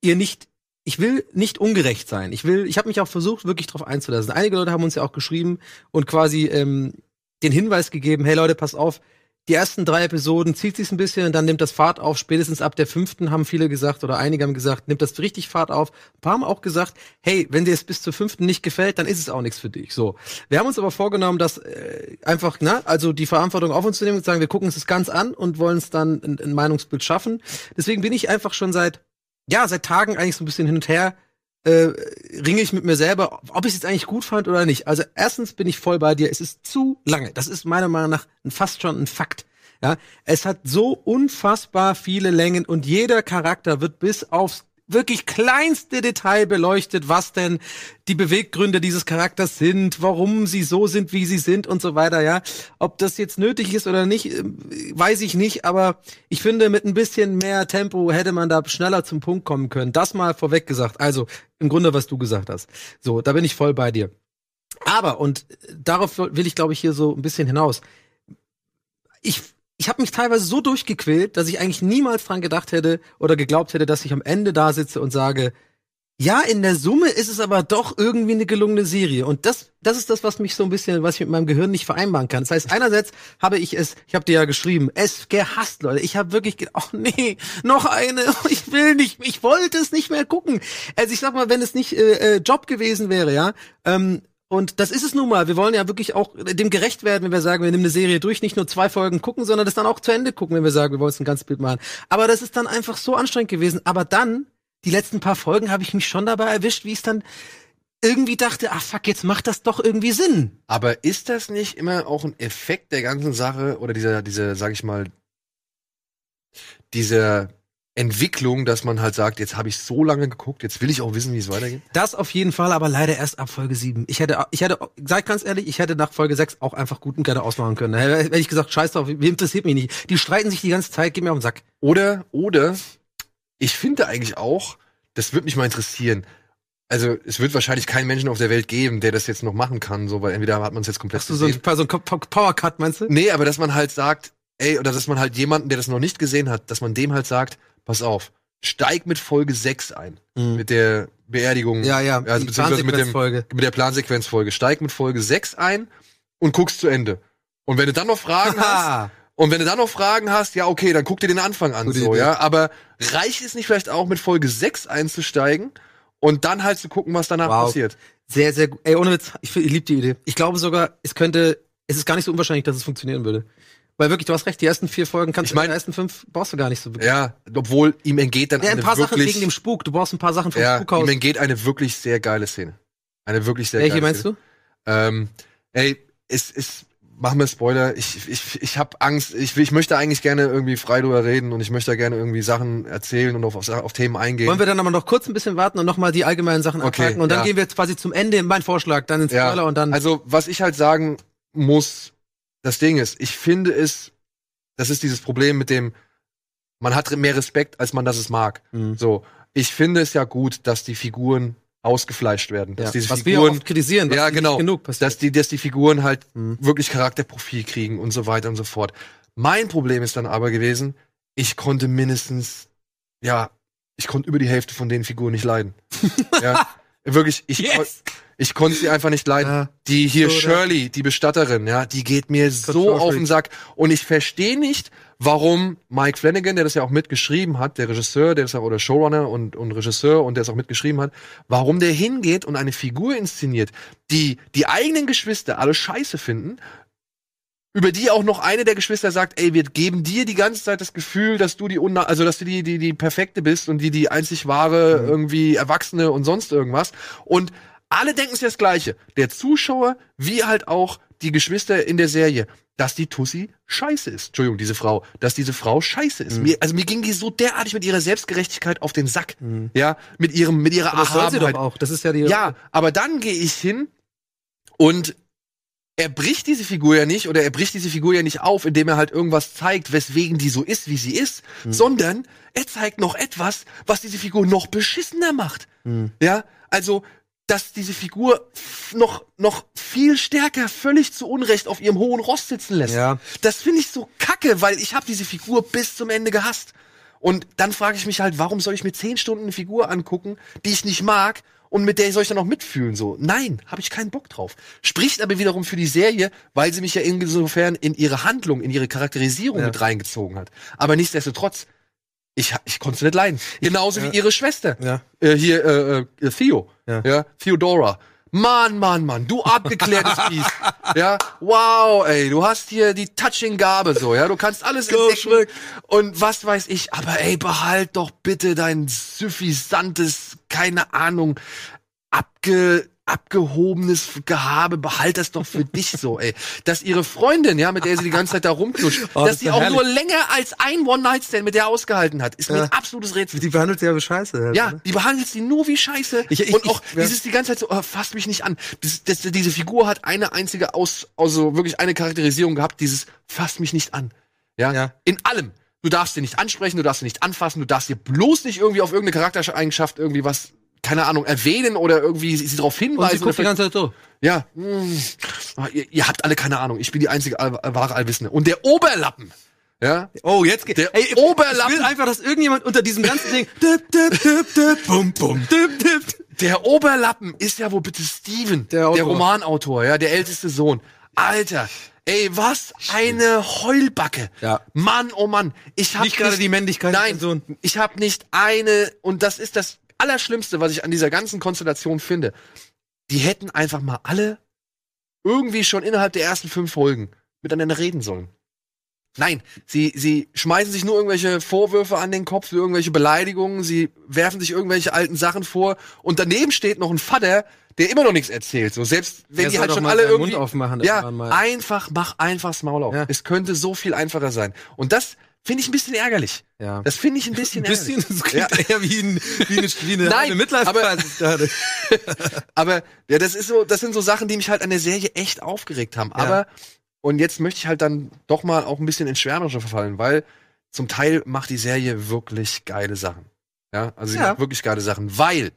Speaker 2: ihr nicht, ich will nicht ungerecht sein. Ich will, ich habe mich auch versucht, wirklich drauf einzulassen. Einige Leute haben uns ja auch geschrieben und quasi ähm, den Hinweis gegeben, hey Leute, passt auf, die ersten drei Episoden zieht sich's ein bisschen und dann nimmt das Fahrt auf. Spätestens ab der fünften haben viele gesagt oder einige haben gesagt, nimmt das richtig Fahrt auf. Ein paar haben auch gesagt, hey, wenn dir es bis zur fünften nicht gefällt, dann ist es auch nichts für dich. So, wir haben uns aber vorgenommen, dass äh, einfach, ne, also die Verantwortung auf uns zu nehmen und zu sagen, wir gucken uns das ganz an und wollen es dann ein, ein Meinungsbild schaffen. Deswegen bin ich einfach schon seit, ja, seit Tagen eigentlich so ein bisschen hin und her äh, ringe ich mit mir selber, ob ich es jetzt eigentlich gut fand oder nicht. Also erstens bin ich voll bei dir, es ist zu lange. Das ist meiner Meinung nach ein, fast schon ein Fakt. Ja, es hat so unfassbar viele Längen und jeder Charakter wird bis aufs wirklich kleinste Detail beleuchtet, was denn die Beweggründe dieses Charakters sind, warum sie so sind, wie sie sind und so weiter, ja. Ob das jetzt nötig ist oder nicht, äh, weiß ich nicht, aber ich finde, mit ein bisschen mehr Tempo hätte man da schneller zum Punkt kommen können. Das mal vorweg gesagt. Also, im Grunde, was du gesagt hast. So, da bin ich voll bei dir. Aber, und darauf will ich, glaube ich, hier so ein bisschen hinaus. Ich, ich habe mich teilweise so durchgequält, dass ich eigentlich niemals dran gedacht hätte oder geglaubt hätte, dass ich am Ende da sitze und sage, ja, in der Summe ist es aber doch irgendwie eine gelungene Serie. Und das, das ist das, was mich so ein bisschen, was ich mit meinem Gehirn nicht vereinbaren kann. Das heißt, einerseits habe ich es, ich habe dir ja geschrieben, es gehasst, Leute. Ich habe wirklich, ge- ach nee, noch eine, ich will nicht, ich wollte es nicht mehr gucken. Also ich sag mal, wenn es nicht äh, äh, Job gewesen wäre, ja, ähm, und das ist es nun mal. Wir wollen ja wirklich auch dem gerecht werden, wenn wir sagen, wir nehmen eine Serie durch, nicht nur zwei Folgen gucken, sondern das dann auch zu Ende gucken, wenn wir sagen, wir wollen es ein ganzes Bild machen. Aber das ist dann einfach so anstrengend gewesen. Aber dann, die letzten paar Folgen, habe ich mich schon dabei erwischt, wie ich dann irgendwie dachte, ah fuck, jetzt macht das doch irgendwie Sinn.
Speaker 1: Aber ist das nicht immer auch ein Effekt der ganzen Sache oder dieser, dieser, sag ich mal, dieser Entwicklung, dass man halt sagt, jetzt habe ich so lange geguckt, jetzt will ich auch wissen, wie es weitergeht?
Speaker 2: Das auf jeden Fall, aber leider erst ab Folge 7. Ich hätte, ich hätte, sag ich ganz ehrlich, ich hätte nach Folge 6 auch einfach gut und gerne ausmachen können. Da Hätte ich gesagt, scheiß drauf, mir interessiert mich nicht. Die streiten sich die ganze Zeit, geh mir auf den Sack.
Speaker 1: Oder, oder, ich finde eigentlich auch, das würde mich mal interessieren. Also, es wird wahrscheinlich keinen Menschen auf der Welt geben, der das jetzt noch machen kann, so, weil entweder hat man es jetzt komplett
Speaker 2: Hast du so ein,
Speaker 1: gesehen.
Speaker 2: so ein Powercut, meinst du?
Speaker 1: Nee, aber dass man halt sagt, ey, oder dass man halt jemanden, der das noch nicht gesehen hat, dass man dem halt sagt, pass auf, steig mit Folge 6 ein.
Speaker 2: Mhm.
Speaker 1: Mit der Beerdigung.
Speaker 2: Ja, ja,
Speaker 1: Also,
Speaker 2: die
Speaker 1: beziehungsweise mit dem-
Speaker 2: Plansequenzfolge.
Speaker 1: Mit der Plansequenzfolge. Steig mit Folge 6 ein und guckst zu Ende. Und wenn du dann noch Fragen hast,
Speaker 2: Haha.
Speaker 1: Und wenn du dann noch Fragen hast, ja, okay, dann guck dir den Anfang an,
Speaker 2: Gute
Speaker 1: so,
Speaker 2: Idee.
Speaker 1: ja. Aber reicht es nicht vielleicht auch mit Folge 6 einzusteigen und dann halt zu gucken, was danach
Speaker 2: Wow.
Speaker 1: passiert?
Speaker 2: Sehr, sehr gut. Ey, ohne Witz, ich, fi- ich liebe die Idee. Ich glaube sogar, es könnte, es ist gar nicht so unwahrscheinlich, dass es funktionieren würde. Weil wirklich, du hast recht, die ersten vier Folgen kannst
Speaker 1: Ich mein-
Speaker 2: du, die ersten fünf brauchst du gar nicht so wirklich.
Speaker 1: Ja, obwohl ihm entgeht dann
Speaker 2: Ja, ein
Speaker 1: eine
Speaker 2: paar Sachen
Speaker 1: wirklich,
Speaker 2: wegen dem Spuk. Du brauchst ein paar Sachen vom
Speaker 1: ja, ihm
Speaker 2: Spukhaus.
Speaker 1: entgeht eine wirklich sehr geile Szene. Eine wirklich sehr
Speaker 2: Welche
Speaker 1: geile
Speaker 2: meinst
Speaker 1: Szene.
Speaker 2: du?
Speaker 1: Ähm, ey, es ist, machen wir Spoiler. Ich, ich, ich habe Angst. Ich, ich möchte eigentlich gerne irgendwie frei drüber reden und ich möchte da gerne irgendwie Sachen erzählen und auf, auf, auf Themen eingehen.
Speaker 2: Wollen wir dann aber noch kurz ein bisschen warten und nochmal die allgemeinen Sachen
Speaker 1: Okay,
Speaker 2: abhaken und dann
Speaker 1: ja.
Speaker 2: gehen wir jetzt quasi zum Ende, mein Vorschlag, dann ins
Speaker 1: Ja.
Speaker 2: Spoiler und dann.
Speaker 1: Also, was ich halt sagen muss, das Ding ist, ich finde es, das ist dieses Problem mit dem, man hat mehr Respekt, als man das es mag.
Speaker 2: Mhm.
Speaker 1: So, ich finde es ja gut, dass die Figuren ausgefleischt werden, dass
Speaker 2: ja.
Speaker 1: diese
Speaker 2: Was wir auch
Speaker 1: Figuren,
Speaker 2: oft kritisieren, was
Speaker 1: Ja,
Speaker 2: nicht
Speaker 1: genau.
Speaker 2: genug passiert.
Speaker 1: dass die, dass die Figuren halt
Speaker 2: Mhm.
Speaker 1: wirklich Charakterprofil kriegen und so weiter und so fort. Mein Problem ist dann aber gewesen, ich konnte mindestens, ja, ich konnte über die Hälfte von den Figuren nicht leiden. ja, wirklich, ich, kon
Speaker 2: Yes!
Speaker 1: ich konnte sie einfach nicht leiden.
Speaker 2: Ja.
Speaker 1: Die hier
Speaker 2: So, oder?
Speaker 1: Shirley, die Bestatterin, ja, die geht mir so
Speaker 2: Control
Speaker 1: auf
Speaker 2: Freak.
Speaker 1: den Sack. Und ich verstehe nicht, warum Mike Flanagan, der das ja auch mitgeschrieben hat, der Regisseur, der ist ja oder Showrunner und, und Regisseur und der es auch mitgeschrieben hat, warum der hingeht und eine Figur inszeniert, die die eigenen Geschwister alle scheiße finden, über die auch noch eine der Geschwister sagt, ey, wir geben dir die ganze Zeit das Gefühl, dass du die unna also dass du die die die perfekte bist und die die einzig wahre irgendwie Erwachsene und sonst irgendwas und alle denken sich das gleiche, der Zuschauer wie halt auch die Geschwister in der Serie, dass die Tussi scheiße ist. Entschuldigung, diese Frau, dass diese Frau scheiße
Speaker 2: Mhm.
Speaker 1: ist. Mir, also mir ging die so derartig mit ihrer Selbstgerechtigkeit auf den Sack. Ja, mit ihrem mit ihrer
Speaker 2: hm. Das soll sie doch
Speaker 1: Erhabenheit.
Speaker 2: auch. Das ist ja die.
Speaker 1: halt Ja, aber dann gehe ich hin und er bricht diese Figur ja nicht oder er bricht diese Figur ja nicht auf, indem er halt irgendwas zeigt, weswegen die so ist, wie sie ist,
Speaker 2: Mhm.
Speaker 1: sondern er zeigt noch etwas, was diese Figur noch beschissener macht.
Speaker 2: Hm.
Speaker 1: Ja, also dass diese Figur f- noch noch viel stärker völlig zu Unrecht auf ihrem hohen Ross sitzen lässt.
Speaker 2: Ja.
Speaker 1: Das finde ich so kacke, weil ich habe diese Figur bis zum Ende gehasst. Und dann frage ich mich halt, warum soll ich mir zehn Stunden eine Figur angucken, die ich nicht mag und mit der soll ich dann auch mitfühlen? So, nein, habe ich keinen Bock drauf. Spricht aber wiederum für die Serie, weil sie mich ja insofern in ihre Handlung, in ihre Charakterisierung
Speaker 2: Ja.
Speaker 1: mit reingezogen hat. Aber nichtsdestotrotz, ich, ich konnte sie nicht leiden. Genauso
Speaker 2: ja.
Speaker 1: wie ihre Schwester
Speaker 2: Ja.
Speaker 1: äh, hier äh, äh, Theo,
Speaker 2: Ja.
Speaker 1: ja. Theodora. Mann, Mann, Mann, du abgeklärtes Biest. ja, wow, ey, du hast hier die touching Gabe so, ja, du kannst alles
Speaker 2: Go
Speaker 1: entdecken
Speaker 2: zurück.
Speaker 1: und was weiß ich, aber ey, behalt doch bitte dein suffisantes, keine Ahnung, abge abgehobenes Gehabe, behalt das doch für dich so, ey. Dass ihre Freundin, ja, mit der sie die ganze Zeit da rumknutscht,
Speaker 2: Oh, das
Speaker 1: dass
Speaker 2: ist
Speaker 1: sie
Speaker 2: ja
Speaker 1: auch
Speaker 2: herrlich.
Speaker 1: nur länger als ein One-Night-Stand mit der ausgehalten hat, ist mir
Speaker 2: Ja.
Speaker 1: ein absolutes Rätsel.
Speaker 2: Die behandelt sie ja wie scheiße. halt,
Speaker 1: Ja,
Speaker 2: ne?
Speaker 1: die behandelt sie nur wie Scheiße.
Speaker 2: Ich- ich-
Speaker 1: und auch
Speaker 2: ich- ja.
Speaker 1: dieses die ganze Zeit so, oh, fass mich nicht an. Das, das, diese Figur hat eine einzige aus, also wirklich eine Charakterisierung gehabt, dieses fass mich nicht an. Ja?
Speaker 2: Ja.
Speaker 1: In allem. Du darfst sie nicht ansprechen, du darfst sie nicht anfassen, du darfst ihr bloß nicht irgendwie auf irgendeine Charaktereigenschaft irgendwie was, keine Ahnung, erwähnen oder irgendwie sie, sie darauf
Speaker 2: Und sie
Speaker 1: hinweisen.
Speaker 2: guckt die
Speaker 1: oder
Speaker 2: ganze Zeit so.
Speaker 1: ja, mm, Ah, ihr, ihr habt alle keine Ahnung. Ich bin die einzige all, wahre Allwissende. Und der Oberlappen, ja,
Speaker 2: Oh, jetzt geht.
Speaker 1: Der
Speaker 2: ich-
Speaker 1: Oberlappen-
Speaker 2: Ich will einfach, dass irgendjemand unter diesem ganzen Ding. Dip, dip, dip, dip, bum, bum, dip, dip.
Speaker 1: Der Oberlappen ist ja wohl bitte Steven,
Speaker 2: Der
Speaker 1: der,
Speaker 2: Autor.
Speaker 1: Romanautor, ja, der älteste Sohn. Alter, ey, was eine Heulbacke.
Speaker 2: Ja.
Speaker 1: Mann, oh Mann, ich hab
Speaker 2: Nicht gerade die Männlichkeit des
Speaker 1: Nein,
Speaker 2: Sohn.
Speaker 1: ich hab nicht eine und das ist das Allerschlimmste, was ich an dieser ganzen Konstellation finde. Die hätten einfach mal alle irgendwie schon innerhalb der ersten fünf Folgen miteinander reden sollen. Nein, sie, sie schmeißen sich nur irgendwelche Vorwürfe an den Kopf, irgendwelche Beleidigungen, sie werfen sich irgendwelche alten Sachen vor und daneben steht noch ein Vater, der immer noch nichts erzählt. So selbst wenn
Speaker 2: Der
Speaker 1: die
Speaker 2: soll
Speaker 1: halt
Speaker 2: doch
Speaker 1: schon
Speaker 2: mal
Speaker 1: alle
Speaker 2: seinen
Speaker 1: irgendwie
Speaker 2: Mund aufmachen
Speaker 1: ja,
Speaker 2: irgendwann mal.
Speaker 1: einfach mach einfach das Maul auf.
Speaker 2: Ja.
Speaker 1: Es könnte so viel einfacher sein. Und das finde ich ein bisschen ärgerlich.
Speaker 2: Ja.
Speaker 1: Das finde ich ein bisschen,
Speaker 2: bisschen,
Speaker 1: ärgerlich.
Speaker 2: das klingt
Speaker 1: Ja.
Speaker 2: eher wie, ein, wie eine, wie eine
Speaker 1: Nein,
Speaker 2: halbe Midlife-Crisis gerade.
Speaker 1: Aber ja, das ist so, das sind so Sachen, die mich halt an der Serie echt aufgeregt haben. Aber und jetzt möchte ich halt dann doch mal auch ein bisschen ins Schwärmerische verfallen, weil zum Teil macht die Serie wirklich geile Sachen. Ja, also sie
Speaker 2: Ja.
Speaker 1: macht wirklich geile Sachen, weil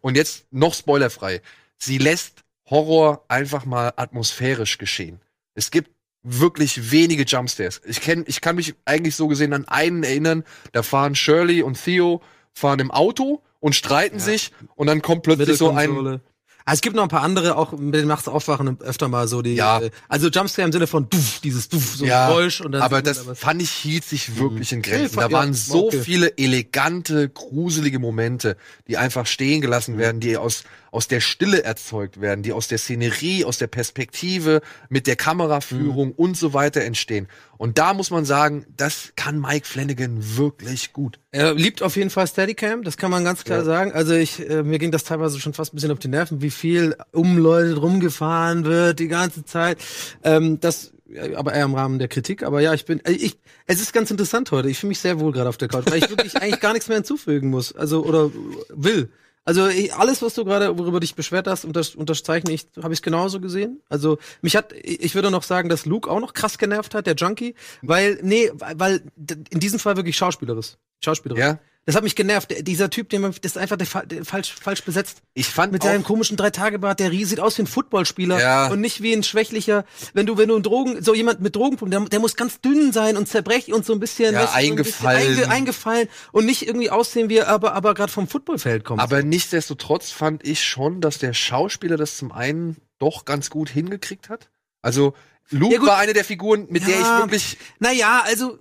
Speaker 1: und jetzt noch spoilerfrei, sie lässt Horror einfach mal atmosphärisch geschehen. Es gibt wirklich wenige Jumpscares. Ich kenn, ich kann mich eigentlich so gesehen an einen erinnern, da fahren Shirley und Theo fahren im Auto und streiten
Speaker 2: Ja.
Speaker 1: sich und dann kommt plötzlich so ein
Speaker 2: Mittelkonsole. Ah, es gibt noch ein paar andere, auch mit dem nachts aufwachen öfter mal so die.
Speaker 1: Ja.
Speaker 2: äh, Also Jumpscare im Sinne von duff, dieses duff, so ein
Speaker 1: Ja,
Speaker 2: Geräusch und dann.
Speaker 1: aber
Speaker 2: sieht man
Speaker 1: das
Speaker 2: was.
Speaker 1: fand ich hielt sich wirklich in Grenzen.
Speaker 2: Nee,
Speaker 1: Da
Speaker 2: ja,
Speaker 1: waren
Speaker 2: war
Speaker 1: so
Speaker 2: okay.
Speaker 1: viele elegante, gruselige Momente, die einfach stehen gelassen
Speaker 2: Mhm.
Speaker 1: werden, die aus, aus der Stille erzeugt werden, die aus der Szenerie, aus der Perspektive, mit der Kameraführung
Speaker 2: Mhm.
Speaker 1: und so weiter entstehen. Und da muss man sagen, das kann Mike Flanagan wirklich gut.
Speaker 2: Er liebt auf jeden Fall Steadicam, das kann man ganz klar
Speaker 1: Ja.
Speaker 2: sagen. Also ich, äh, mir ging das teilweise schon fast ein bisschen auf die Nerven, wie viel um Leute rumgefahren wird die ganze Zeit. Ähm, das ja, aber eher im Rahmen der Kritik. Aber ja, ich bin, äh, ich, es ist ganz interessant heute. Ich fühle mich sehr wohl gerade auf der Couch, weil ich wirklich eigentlich gar nichts mehr hinzufügen muss. Also, oder will. Also ich, alles, was du gerade, worüber du dich beschwert hast, unter, unterzeichne ich, habe ich genauso gesehen. Also mich hat, ich ich würde noch sagen, dass Luke auch noch krass genervt hat, der Junkie, weil, nee, weil- weil d- in diesem Fall wirklich Schauspieleris. Schauspielerin.
Speaker 1: Ja.
Speaker 2: Das hat mich genervt. Der- Dieser Typ, den man, das ist einfach der, fa- der falsch, falsch besetzt.
Speaker 1: Ich fand
Speaker 2: Mit
Speaker 1: auch-
Speaker 2: seinem komischen Drei-Tage-Bart, der Rie- sieht aus wie ein Footballspieler
Speaker 1: Ja.
Speaker 2: und nicht wie ein schwächlicher, wenn du, wenn du einen Drogen, so jemand mit Drogenproblemen, der, der muss ganz dünn sein und zerbrech und so ein bisschen,
Speaker 1: Ja,
Speaker 2: weißt du, so ein
Speaker 1: eingefallen.
Speaker 2: Bisschen einge, eingefallen und nicht irgendwie aussehen, wie er aber, aber gerade vom Footballfeld kommt.
Speaker 1: Aber nichtsdestotrotz fand ich schon, dass der Schauspieler das zum einen doch ganz gut hingekriegt hat. Also Luke
Speaker 2: Ja, gut.
Speaker 1: war eine der Figuren, mit der
Speaker 2: Ja.
Speaker 1: ich wirklich
Speaker 2: Naja, also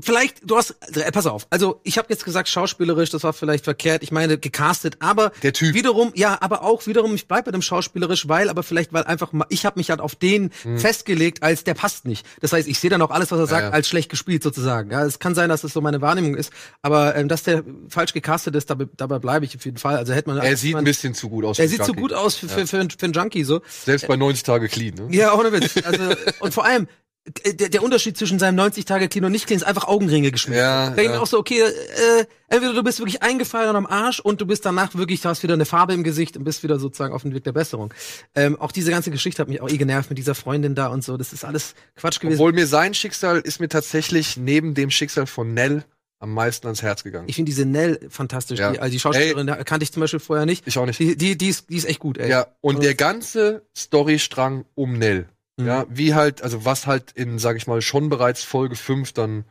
Speaker 2: vielleicht, du hast, also, äh, pass auf, also ich habe jetzt gesagt, schauspielerisch, das war vielleicht verkehrt, ich meine gecastet, aber
Speaker 1: Der Typ.
Speaker 2: wiederum, ja, aber auch wiederum, ich bleib bei dem schauspielerisch, weil, aber vielleicht, weil einfach, mal, ich habe mich halt auf den festgelegt, als der passt nicht. Das heißt, ich sehe dann auch alles, was er sagt,
Speaker 1: Hm. ja.
Speaker 2: als schlecht gespielt sozusagen. Ja, es kann sein, dass es so meine Wahrnehmung ist, aber ähm, dass der falsch gecastet ist, dabei, dabei bleibe ich auf jeden Fall. Also hätte man,
Speaker 1: er sieht
Speaker 2: man,
Speaker 1: ein bisschen zu gut aus.
Speaker 2: er
Speaker 1: für
Speaker 2: sieht
Speaker 1: einen
Speaker 2: zu
Speaker 1: Junkie.
Speaker 2: gut aus für, für, für, für einen Junkie so.
Speaker 1: Selbst bei 90 Tage clean. Ne?
Speaker 2: Ja, ohne Witz. Also, und vor allem, äh, der, der Unterschied zwischen seinem 90-Tage-Clean und nicht-Clean ist einfach Augenringe geschminkt.
Speaker 1: Ja,
Speaker 2: da denke ich
Speaker 1: ja.
Speaker 2: mir auch so, okay, äh, entweder du bist wirklich eingefallen und am Arsch und du bist danach wirklich, du hast wieder eine Farbe im Gesicht und bist wieder sozusagen auf dem Weg der Besserung. Ähm, auch diese ganze Geschichte hat mich auch eh genervt mit dieser Freundin da und so. Das ist alles Quatsch gewesen.
Speaker 1: Obwohl mir sein Schicksal ist mir tatsächlich neben dem Schicksal von Nell am meisten ans Herz gegangen.
Speaker 2: ich finde diese Nell fantastisch.
Speaker 1: Ja.
Speaker 2: Die, also die Schauspielerin da kannte ich zum Beispiel vorher nicht.
Speaker 1: Ich auch nicht.
Speaker 2: Die, die, die, ist, die ist echt gut, ey.
Speaker 1: Ja, und
Speaker 2: Und-
Speaker 1: der ganze Storystrang um Nell.
Speaker 2: also Mhm.
Speaker 1: Ja, wie halt, also was halt in, sag ich mal, schon bereits Folge 5 dann,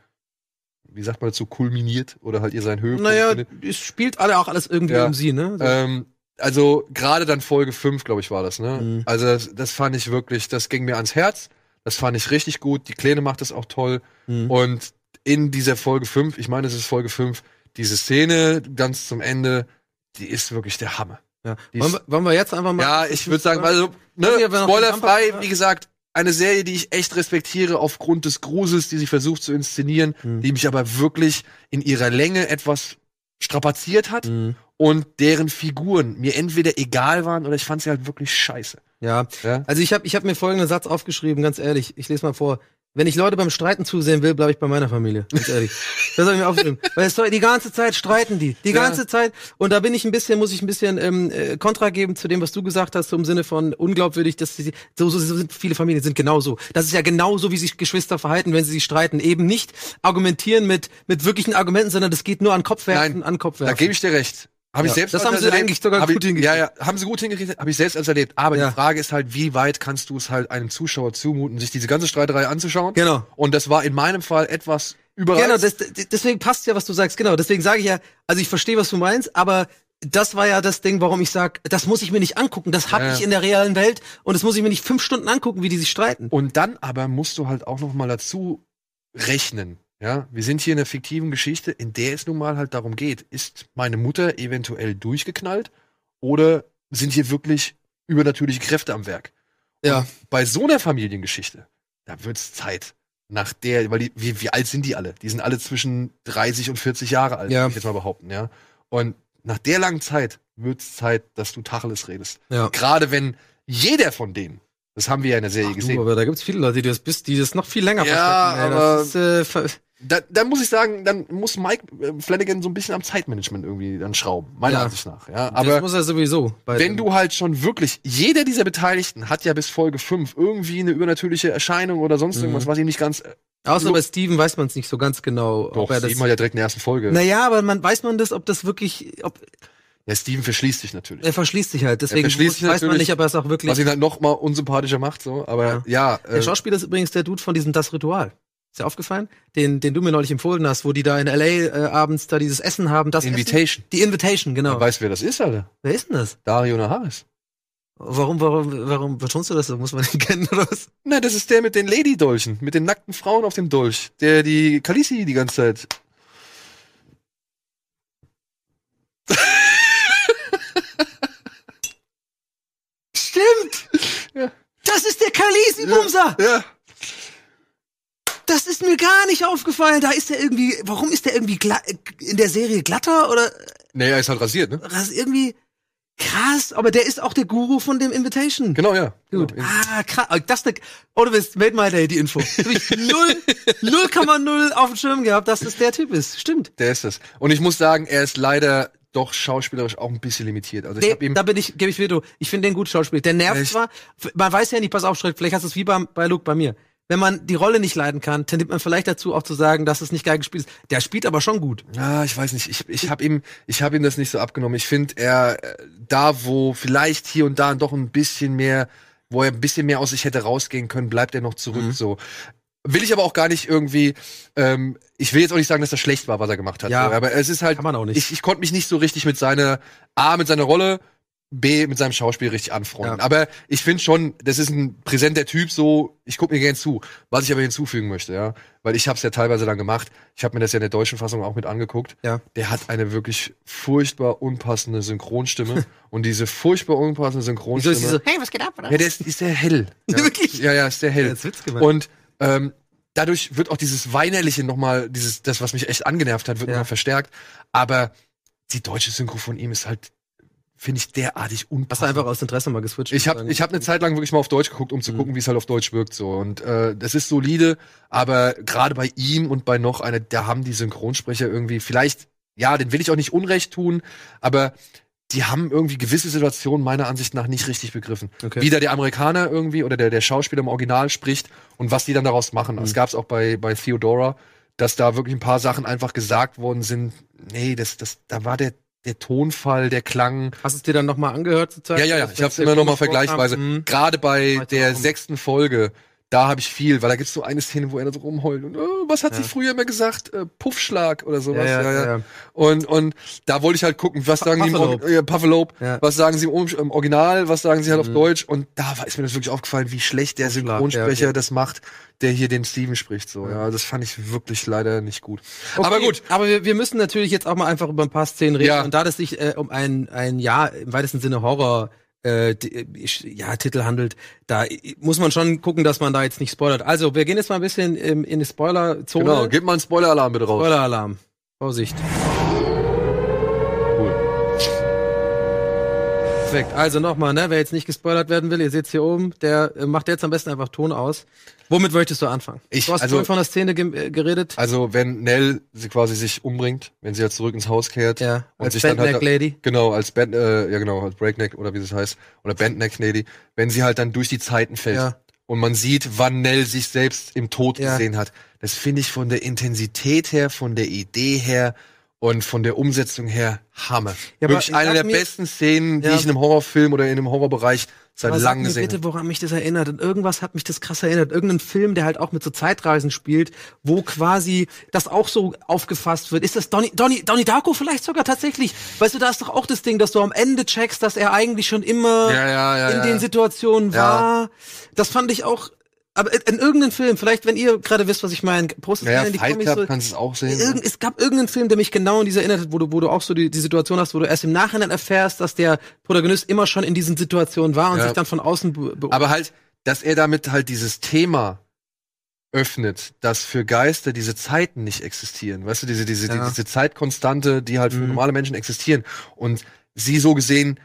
Speaker 1: wie sagt man dazu, kulminiert oder halt ihr sein Höhepunkt.
Speaker 2: Naja,
Speaker 1: findet.
Speaker 2: es spielt alle auch alles irgendwie
Speaker 1: Ja.
Speaker 2: um sie, ne? So.
Speaker 1: Ähm, also gerade dann Folge 5, glaube ich, war das, ne?
Speaker 2: Mhm.
Speaker 1: Also das, das fand ich wirklich, das ging mir ans Herz. Das fand ich richtig gut. Die Kleine macht das auch toll.
Speaker 2: Mhm.
Speaker 1: Und in dieser Folge 5, ich meine, es ist Folge 5, diese Szene ganz zum Ende, die ist wirklich der Hammer.
Speaker 2: ja.
Speaker 1: die
Speaker 2: wollen,
Speaker 1: ist-
Speaker 2: wir, wollen wir jetzt einfach mal.
Speaker 1: Ja, ich würde sagen, also, ne,
Speaker 2: Haben wir aber noch ne? den
Speaker 1: spoilerfrei,
Speaker 2: Bumper-
Speaker 1: wie gesagt, eine Serie, die ich echt respektiere aufgrund des Grusels, die sie versucht zu inszenieren,
Speaker 2: Hm.
Speaker 1: die mich aber wirklich in ihrer Länge etwas strapaziert hat
Speaker 2: Mhm.
Speaker 1: und deren Figuren mir entweder egal waren oder ich fand sie halt wirklich scheiße.
Speaker 2: Ja,
Speaker 1: Ja?
Speaker 2: also ich habe ich hab mir folgenden Satz aufgeschrieben, ganz ehrlich. Ich lese mal vor. Wenn ich Leute beim Streiten zusehen will, bleibe ich bei meiner Familie. Ganz ehrlich. Das habe ich mir aufgeschrieben. Weil es soll, die ganze Zeit streiten die. Die
Speaker 1: Ja.
Speaker 2: ganze Zeit. Und da bin ich ein bisschen, muss ich ein bisschen ähm, äh, Kontra geben zu dem, was du gesagt hast, so im Sinne von unglaubwürdig, dass sie, so, so, so sind viele Familien sind genauso. Das ist ja genauso, wie sich Geschwister verhalten, wenn sie sich streiten. Eben nicht argumentieren mit, mit wirklichen Argumenten, sondern das geht nur an Kopf werfen,
Speaker 1: Nein,
Speaker 2: an Kopf
Speaker 1: Da
Speaker 2: werfen.
Speaker 1: gebe ich dir recht. Hab ich
Speaker 2: Ja,
Speaker 1: selbst
Speaker 2: das
Speaker 1: als
Speaker 2: haben sie
Speaker 1: erlebt.
Speaker 2: eigentlich sogar
Speaker 1: Hab
Speaker 2: gut
Speaker 1: ich,
Speaker 2: hingekriegt.
Speaker 1: Ja, ja, haben sie gut hingekriegt, habe ich selbst als erlebt. Aber
Speaker 2: Ja.
Speaker 1: die Frage ist halt, wie weit kannst du es halt einem Zuschauer zumuten, sich diese ganze Streiterei anzuschauen?
Speaker 2: Genau.
Speaker 1: Und das war in meinem Fall etwas überreizt.
Speaker 2: Genau, das, d- deswegen passt ja, was du sagst. Genau, deswegen sage ich ja, also ich verstehe, was du meinst, aber das war ja das Ding, warum ich sage, das muss ich mir nicht angucken. Das habe
Speaker 1: Ja.
Speaker 2: ich in der realen Welt und das muss ich mir nicht fünf Stunden angucken, wie die sich streiten.
Speaker 1: Und dann aber musst du halt auch noch mal dazu rechnen. Ja, wir sind hier in einer fiktiven Geschichte, in der es nun mal halt darum geht, ist meine Mutter eventuell durchgeknallt oder sind hier wirklich übernatürliche Kräfte am Werk?
Speaker 2: Ja.
Speaker 1: Bei so einer Familiengeschichte, da wird's Zeit nach der, weil die, wie, wie alt sind die alle? Die sind alle zwischen 30 und 40 Jahre alt,
Speaker 2: Ja.
Speaker 1: würd ich jetzt mal behaupten, ja. Und nach der langen Zeit wird's Zeit, dass du Tacheles redest.
Speaker 2: Ja.
Speaker 1: Gerade wenn jeder von denen, das haben wir ja in der Serie gesehen,
Speaker 2: aber da gibt's viele Leute, die das, bis, die das noch viel länger
Speaker 1: Ja,
Speaker 2: verstecken, ey.
Speaker 1: aber-
Speaker 2: das ist, äh, ver-
Speaker 1: Da, dann muss ich sagen, dann muss Mike äh, Flanagan so ein bisschen am Zeitmanagement irgendwie dann schrauben, meiner
Speaker 2: Ja.
Speaker 1: Ansicht nach. Ja,
Speaker 2: das
Speaker 1: aber
Speaker 2: muss er sowieso. Bei
Speaker 1: wenn du halt schon wirklich, jeder dieser Beteiligten hat ja bis Folge 5 irgendwie eine übernatürliche Erscheinung oder
Speaker 2: Mhm.
Speaker 1: sonst irgendwas, was ihm nicht ganz. Äh,
Speaker 2: Außer bei Steven weiß man es nicht so ganz genau,
Speaker 1: doch,
Speaker 2: ob er das. Ne.
Speaker 1: Steven hat ja direkt in der ersten Folge.
Speaker 2: Naja, aber man weiß man das, ob das wirklich, ob
Speaker 1: Ja, Steven verschließt sich natürlich.
Speaker 2: er verschließt sich halt. Deswegen
Speaker 1: verschließt
Speaker 2: muss,
Speaker 1: sich
Speaker 2: weiß man
Speaker 1: natürlich,
Speaker 2: nicht, ob er es auch wirklich.
Speaker 1: was ihn halt noch mal unsympathischer macht, so. Aber ja,
Speaker 2: Der
Speaker 1: äh,
Speaker 2: Schauspieler ist übrigens der Dude von diesem Das Ritual. Ist dir aufgefallen? Den, den du mir neulich empfohlen hast, wo die da in L.A. Äh, abends da dieses Essen haben. Das
Speaker 1: Invitation.
Speaker 2: Essen? Die Invitation, genau.
Speaker 1: Weißt du, wer das ist, Alter?
Speaker 2: Wer ist denn das?
Speaker 1: Dario Naharis.
Speaker 2: Warum, warum, warum betonst du das so? Muss man den kennen oder was?
Speaker 1: Na, das ist der mit den Lady-Dolchen, mit den nackten Frauen auf dem Dolch, der die Kalisi die ganze Zeit
Speaker 2: Stimmt!
Speaker 1: Ja.
Speaker 2: Das ist der Kalisi-Bumser!
Speaker 1: Ja.
Speaker 2: Das ist mir gar nicht aufgefallen. Da ist der irgendwie, warum ist der irgendwie gla- in der Serie glatter oder
Speaker 1: Naja, ist halt rasiert, ne?
Speaker 2: was irgendwie, Krass, aber der ist auch der Guru von dem Invitation.
Speaker 1: Genau, ja.
Speaker 2: Gut.
Speaker 1: Genau.
Speaker 2: Ah, krass. Das ne, oh, du bist, meld mal die Info. Hab ich null, 0,0 auf dem Schirm gehabt, dass das der Typ ist. Stimmt.
Speaker 1: Der ist es. Und ich muss sagen, er ist leider doch schauspielerisch auch ein bisschen limitiert. Also ich
Speaker 2: Nee,
Speaker 1: habe ihm
Speaker 2: da bin ich, gebe ich Veto. Ich finde den gut Schauspiel. Der nervt
Speaker 1: Echt?
Speaker 2: zwar, f- man weiß ja nicht, pass auf, Schritt, vielleicht hast du es wie bei, bei Luke bei mir. Wenn man die Rolle nicht leiden kann, tendiert man vielleicht dazu auch zu sagen, dass es nicht geil gespielt ist. Der spielt aber schon gut.
Speaker 1: Ah, ich weiß nicht. Ich, ich habe ihm, ich habe ihm das nicht so abgenommen. Ich finde, er äh, da, wo vielleicht hier und da doch ein bisschen mehr, wo er ein bisschen mehr aus sich hätte rausgehen können, bleibt er noch zurück.
Speaker 2: Mhm.
Speaker 1: So will ich aber auch gar nicht irgendwie. Ähm, ich will jetzt auch nicht sagen, dass das schlecht war, was er gemacht hat.
Speaker 2: Ja.
Speaker 1: So, aber es ist halt.
Speaker 2: Kann man auch nicht.
Speaker 1: Ich, ich konnte mich nicht so richtig mit seiner A mit seiner Rolle. B mit seinem Schauspiel richtig anfreunden.
Speaker 2: Ja.
Speaker 1: Aber ich finde schon, das ist ein präsenter Typ, so, ich gucke mir gern zu. Was ich aber hinzufügen möchte, ja, weil ich habe es ja teilweise dann gemacht. Ich habe mir das ja in der deutschen Fassung auch mit angeguckt
Speaker 2: Ja.
Speaker 1: der hat eine wirklich furchtbar unpassende Synchronstimme. und diese furchtbar unpassende
Speaker 2: Wieso
Speaker 1: Synchronstimme.
Speaker 2: ist die so, hey, was geht ab? Oder?
Speaker 1: ja, der ist, ist sehr hell. Ja.
Speaker 2: Wirklich?
Speaker 1: Ja, ja, ist sehr
Speaker 2: Der
Speaker 1: hell.
Speaker 2: hat's Witz gemacht.
Speaker 1: und ähm, dadurch wird auch dieses Weinerliche nochmal, dieses, das, was mich echt angenervt hat, wird
Speaker 2: Ja.
Speaker 1: nochmal verstärkt. Aber die deutsche Synchro von ihm ist halt, finde ich, derartig
Speaker 2: Hast du
Speaker 1: unpassend.
Speaker 2: einfach aus Interesse mal geswitcht?
Speaker 1: Ich habe ich hab eine Zeit lang wirklich mal auf Deutsch geguckt,
Speaker 2: Mhm.
Speaker 1: um zu gucken, wie es halt auf Deutsch wirkt. So. Und äh, das ist solide, aber gerade bei ihm und bei noch einer, da haben die Synchronsprecher irgendwie, vielleicht, ja, den will ich auch nicht Unrecht tun, aber die haben irgendwie gewisse Situationen meiner Ansicht nach nicht richtig begriffen.
Speaker 2: Okay.
Speaker 1: Wie da der Amerikaner irgendwie oder der, der Schauspieler im Original spricht und was die dann daraus machen. Das gab es auch bei, bei Theodora, dass da wirklich ein paar Sachen einfach gesagt worden sind. Nee, das, das, da war der, der Tonfall, der Klang,
Speaker 2: Hast du es dir dann nochmal angehört zur Zeit?
Speaker 1: ja, ja, ja. Ich habe es immer noch mal vergleichsweise.
Speaker 2: Mhm.
Speaker 1: Gerade bei
Speaker 2: Weiter
Speaker 1: der
Speaker 2: oben.
Speaker 1: sechsten Folge, da habe ich viel, weil da gibt's so eine Szene, wo er da so rumheult. Und, äh, was hat
Speaker 2: Ja.
Speaker 1: sie früher immer gesagt? Äh, Puffschlag oder
Speaker 2: Ja,
Speaker 1: sowas.
Speaker 2: ja, ja, ja.
Speaker 1: Und, und da wollte ich halt gucken, was sagen die im
Speaker 2: Pufferlope.
Speaker 1: Or- äh, Pufferlope,
Speaker 2: Ja.
Speaker 1: was sagen sie im, Om- im Original, was sagen sie halt
Speaker 2: Mhm.
Speaker 1: auf Deutsch. Und da war- ist mir das wirklich aufgefallen, wie schlecht der
Speaker 2: Puffschlag,
Speaker 1: Synchronsprecher
Speaker 2: ja, okay.
Speaker 1: das macht, der hier den Steven spricht. So,
Speaker 2: Ja.
Speaker 1: ja, das fand ich wirklich leider nicht gut.
Speaker 2: Okay,
Speaker 1: Aber gut,
Speaker 2: Aber wir, wir müssen natürlich jetzt auch mal einfach über ein paar Szenen reden.
Speaker 1: Ja.
Speaker 2: Und da das sich äh, um ein, ein ja, im weitesten Sinne Horror, äh, di- ich- ja, Titel handelt, da äh, muss man schon gucken, dass man da jetzt nicht spoilert. Also, wir gehen jetzt mal ein bisschen ähm, in die Spoiler-Zone.
Speaker 1: genau, gib mal einen Spoiler-Alarm bitte raus.
Speaker 2: Spoiler-Alarm. Vorsicht.
Speaker 1: Cool.
Speaker 2: Perfekt. Also nochmal, ne, wer jetzt nicht gespoilert werden will, ihr seht's hier oben, der äh, macht jetzt am besten einfach Ton aus. Womit möchtest du anfangen?
Speaker 1: Ich-
Speaker 2: du hast
Speaker 1: also-
Speaker 2: vorhin von der Szene ge äh, geredet.
Speaker 1: Also, wenn Nell sie quasi sich umbringt, wenn sie ja zurück ins Haus kehrt,
Speaker 2: ja,
Speaker 1: und
Speaker 2: als
Speaker 1: sich dann
Speaker 2: Bandneck
Speaker 1: halt-
Speaker 2: Lady.
Speaker 1: Genau, als Band, äh, ja genau, als Breakneck oder wie das heißt, oder Bandneck Lady, wenn sie halt dann durch die Zeiten fällt
Speaker 2: Ja.
Speaker 1: und man sieht, wann Nell sich selbst im Tod
Speaker 2: Ja.
Speaker 1: gesehen hat. Das finde ich von der Intensität her, von der Idee her und von der Umsetzung her Hammer.
Speaker 2: Ja, aber
Speaker 1: Wirklich eine
Speaker 2: sag
Speaker 1: der
Speaker 2: mir-
Speaker 1: besten Szenen, die
Speaker 2: Ja.
Speaker 1: ich in einem Horrorfilm oder in einem Horrorbereich seit
Speaker 2: Aber
Speaker 1: langem
Speaker 2: sag mir
Speaker 1: gesehen
Speaker 2: bitte,
Speaker 1: habe.
Speaker 2: woran mich das erinnert. Und irgendwas hat mich das krass erinnert. Irgendein Film, der halt auch mit so Zeitreisen spielt, wo quasi das auch so aufgefasst wird. Ist das Donnie, Donnie, Donnie Darko vielleicht sogar tatsächlich? Weißt du, da ist doch auch das Ding, dass du am Ende checkst, dass er eigentlich schon immer
Speaker 1: Ja, ja, ja,
Speaker 2: in
Speaker 1: ja,
Speaker 2: den
Speaker 1: ja.
Speaker 2: Situationen
Speaker 1: Ja.
Speaker 2: war. Das fand ich auch, aber in, in irgendeinem Film, vielleicht wenn ihr gerade wisst, was ich meine, postet
Speaker 1: Naja,
Speaker 2: gerne in die
Speaker 1: Fight
Speaker 2: Kommis.
Speaker 1: Club
Speaker 2: So,
Speaker 1: kannst du es auch
Speaker 2: Irgend,
Speaker 1: sehen.
Speaker 2: es gab irgendeinen Film, der mich genau in diese erinnert hat, wo du, wo du auch so die, die Situation hast, wo du erst im Nachhinein erfährst, dass der Protagonist immer schon in diesen Situationen war und
Speaker 1: Ja.
Speaker 2: sich dann von außen be beobachtet.
Speaker 1: Aber halt, dass er damit halt dieses Thema öffnet, dass für Geister diese Zeiten nicht existieren. Weißt du, diese, diese,
Speaker 2: Ja.
Speaker 1: diese Zeitkonstante, die halt für
Speaker 2: Mhm.
Speaker 1: normale Menschen existieren. Und sie so gesehen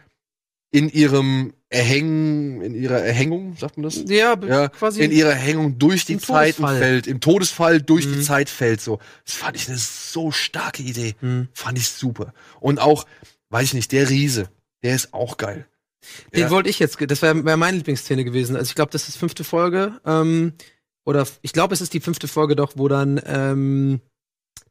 Speaker 1: in ihrem Erhängen, in ihrer Erhängung, sagt man das?
Speaker 2: Ja, be-
Speaker 1: Ja,
Speaker 2: quasi.
Speaker 1: in ihrer Erhängung durch die
Speaker 2: Mhm. Im
Speaker 1: Zeiten
Speaker 2: Todesfall.
Speaker 1: fällt, im Todesfall durch
Speaker 2: Mhm.
Speaker 1: die Zeit fällt, so. Das fand ich eine so starke Idee.
Speaker 2: Hm.
Speaker 1: Fand ich super. Und auch, weiß ich nicht, der Riese, der ist auch geil.
Speaker 2: Den
Speaker 1: Ja.
Speaker 2: wollte ich jetzt, ge- das wäre wär meine Lieblingsszene gewesen. Also ich glaube, das ist fünfte Folge. Ähm, oder f- ich glaube, es ist die fünfte Folge doch, wo dann ähm,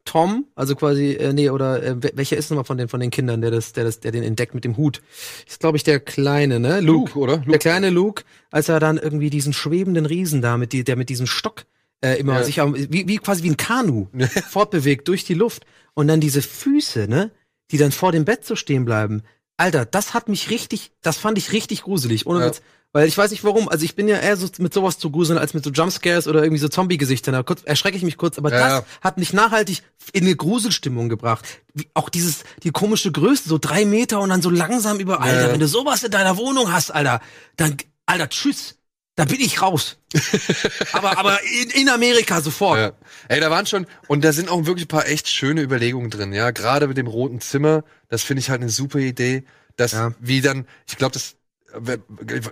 Speaker 2: Tom, also quasi, äh, nee, oder äh, wel- welcher ist nochmal von den von den Kindern, der das, der das, der den entdeckt mit dem Hut? Ist, glaube ich, der Kleine, ne? Luke.
Speaker 1: oder?
Speaker 2: Der kleine Luke, als er dann irgendwie diesen schwebenden Riesen da mit die, der mit diesem Stock äh, immer
Speaker 1: Ja.
Speaker 2: sich am, wie, wie quasi wie ein Kanu fortbewegt durch die Luft und dann diese Füße, ne, die dann vor dem Bett so stehen bleiben. Alter, das hat mich richtig, das fand ich richtig gruselig, ohne
Speaker 1: Ja.
Speaker 2: Witz. Weil ich weiß nicht warum, also ich bin ja eher so mit sowas zu gruseln als mit so Jumpscares oder irgendwie so Zombie-Gesichtern. Da kurz- erschrecke ich mich kurz, aber
Speaker 1: Ja,
Speaker 2: das
Speaker 1: ja.
Speaker 2: hat mich nachhaltig in eine Gruselstimmung gebracht. Wie, auch dieses, die komische Größe, so drei Meter und dann so langsam über, Alter,
Speaker 1: ja.
Speaker 2: wenn du sowas in deiner Wohnung hast, Alter, dann, Alter, tschüss, da bin ich raus. aber, aber in, in Amerika sofort.
Speaker 1: Ja. Ey, da waren schon, und da sind auch wirklich ein paar echt schöne Überlegungen drin, ja. Gerade mit dem roten Zimmer, das finde ich halt eine super Idee. dass
Speaker 2: Ja.
Speaker 1: wie dann, ich glaube, das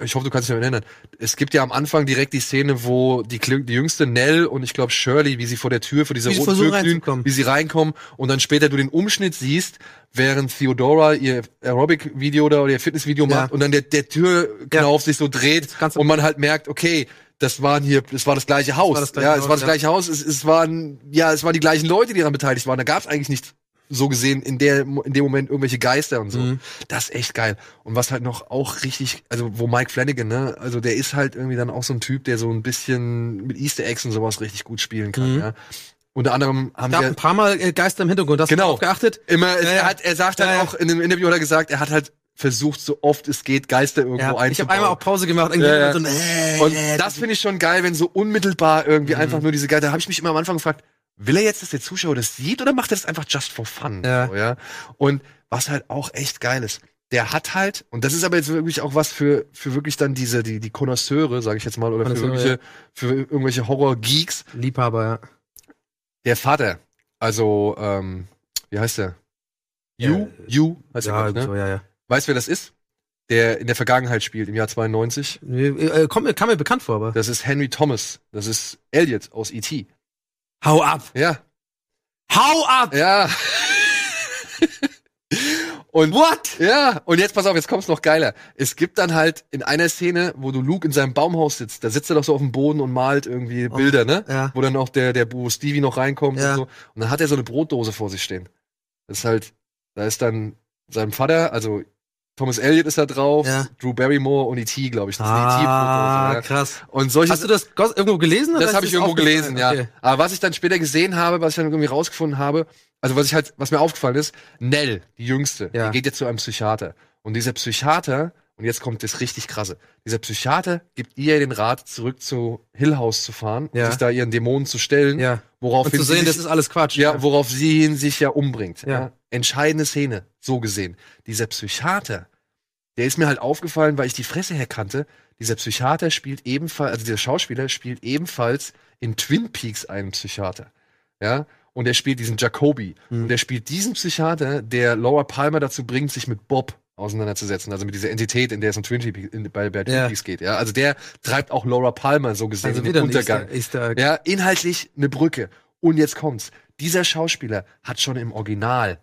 Speaker 1: ich hoffe, du kannst dich daran erinnern. Es gibt ja am Anfang direkt die Szene, wo die, Kl- die jüngste Nell und ich glaube Shirley, wie sie vor der Tür, vor dieser
Speaker 2: Wie sie
Speaker 1: roten
Speaker 2: versuchen
Speaker 1: Tür knien,
Speaker 2: reinzukommen.
Speaker 1: wie sie reinkommen und dann später du den Umschnitt siehst, während Theodora ihr Aerobic-Video da oder ihr Fitness-Video
Speaker 2: Ja.
Speaker 1: macht und dann der, der Türknauf sich so dreht
Speaker 2: ganz am-
Speaker 1: und man halt merkt, okay, das waren hier, das war das gleiche Haus.
Speaker 2: das gleiche
Speaker 1: ja,
Speaker 2: Haus,
Speaker 1: es war das
Speaker 2: ja.
Speaker 1: gleiche Haus. Es, es waren, ja, es waren die gleichen Leute, die daran beteiligt waren. Da gab es eigentlich nicht so gesehen in der in dem Moment irgendwelche Geister und so.
Speaker 2: Mhm.
Speaker 1: Das ist echt geil. Und was halt noch auch richtig, also wo Mike Flanagan, ne, also der ist halt irgendwie dann auch so ein Typ, der so ein bisschen mit Easter Eggs und sowas richtig gut spielen
Speaker 2: Mhm.
Speaker 1: kann. Ja. Unter anderem haben
Speaker 2: Ich habe
Speaker 1: wir
Speaker 2: ein paar Mal äh, Geister im Hintergrund. Hast
Speaker 1: Genau.
Speaker 2: du darauf geachtet?
Speaker 1: immer, es-
Speaker 2: Ja, ja.
Speaker 1: er hat, er sagt
Speaker 2: Ja,
Speaker 1: halt
Speaker 2: ja.
Speaker 1: auch in dem Interview hat er gesagt, er hat halt versucht, so oft es geht, Geister irgendwo
Speaker 2: Ja.
Speaker 1: einzubauen.
Speaker 2: Ich habe einmal auch Pause gemacht. Irgendwie
Speaker 1: Ja, ja.
Speaker 2: so ein, äh,
Speaker 1: Und
Speaker 2: äh, Mhm.
Speaker 1: das finde ich schon geil, wenn so unmittelbar irgendwie einfach nur diese geil. Da habe ich mich immer am Anfang gefragt, will er jetzt, dass der Zuschauer das sieht oder macht er das einfach just for fun?
Speaker 2: Ja.
Speaker 1: So, ja? Und was halt auch echt geil ist, der hat halt, und das ist aber jetzt wirklich auch was für, für wirklich dann diese, die, die Connoisseure, sage ich jetzt mal, oder für
Speaker 2: Connoisseure,
Speaker 1: irgendwelche, für irgendwelche Horror-Geeks,
Speaker 2: Liebhaber, ja.
Speaker 1: der Vater, also, ähm, wie heißt der?
Speaker 2: Ja, äh,
Speaker 1: You, You, heißt der,
Speaker 2: ja,
Speaker 1: glaub ich, ne?
Speaker 2: so, ja, ja.
Speaker 1: Weißt du, wer das ist? Der in der Vergangenheit spielt, im Jahr 92.
Speaker 2: Nee, äh, Kommt mir, kam mir bekannt vor, aber.
Speaker 1: Das ist Henry Thomas. Das ist Elliot aus E E.T.
Speaker 2: Hau ab!
Speaker 1: Ja,
Speaker 2: Hau ab!
Speaker 1: Ja. und
Speaker 2: What?
Speaker 1: ja, und jetzt pass auf, jetzt kommt's noch geiler. Es gibt dann halt in einer Szene, wo du Luke in seinem Baumhaus sitzt, da sitzt er doch so auf dem Boden und malt irgendwie Bilder, ne?
Speaker 2: Ja.
Speaker 1: Wo dann auch der der Bruce Stevie noch reinkommt
Speaker 2: Ja.
Speaker 1: und so. Und dann hat er so eine Brotdose vor sich stehen. Das ist halt, da ist dann sein Vater, also Thomas Elliott ist da drauf,
Speaker 2: Ja.
Speaker 1: Drew Barrymore und E.T., glaube ich. Das
Speaker 2: Ah,
Speaker 1: ist die E.T. Brotdose.
Speaker 2: krass.
Speaker 1: Ja. Und solche
Speaker 2: Hast du das Gos- irgendwo gelesen? oder
Speaker 1: das
Speaker 2: ist
Speaker 1: habe ich irgendwo
Speaker 2: aufgefallen?
Speaker 1: gelesen, ja.
Speaker 2: Okay.
Speaker 1: Aber was ich dann später gesehen habe, was ich dann irgendwie rausgefunden habe, also was ich halt, was mir aufgefallen ist, Nell, die Jüngste,
Speaker 2: Ja.
Speaker 1: die geht jetzt zu einem Psychiater. Und dieser Psychiater, und jetzt kommt das richtig krasse, dieser Psychiater gibt ihr den Rat, zurück zu Hill House zu fahren
Speaker 2: Ja.
Speaker 1: und sich da ihren Dämonen zu stellen,
Speaker 2: Ja. Und
Speaker 1: woraufhin
Speaker 2: zu sehen,
Speaker 1: sie
Speaker 2: das
Speaker 1: sich,
Speaker 2: ist alles Quatsch. ne?
Speaker 1: ja, worauf sie ihn sich ja umbringt.
Speaker 2: Ja.
Speaker 1: Entscheidende Szene, so gesehen. Dieser Psychiater, der ist mir halt aufgefallen, weil ich die Fresse herkannte. Dieser Psychiater spielt ebenfalls, also dieser Schauspieler spielt ebenfalls in Twin Peaks einen Psychiater. Ja. Und er spielt diesen Jacoby.
Speaker 2: Mhm.
Speaker 1: Und er spielt diesen Psychiater, der Laura Palmer dazu bringt, sich mit Bob auseinanderzusetzen. Also mit dieser Entität, in der es um Twin Peaks, in, bei, bei Twin
Speaker 2: Ja.
Speaker 1: Peaks geht. Ja. Also der treibt auch Laura Palmer so gesehen
Speaker 2: also
Speaker 1: in
Speaker 2: wieder
Speaker 1: den
Speaker 2: ein
Speaker 1: Untergang.
Speaker 2: Easter, Easter
Speaker 1: Ja, inhaltlich eine Brücke. Und jetzt kommt's. Dieser Schauspieler hat schon im Original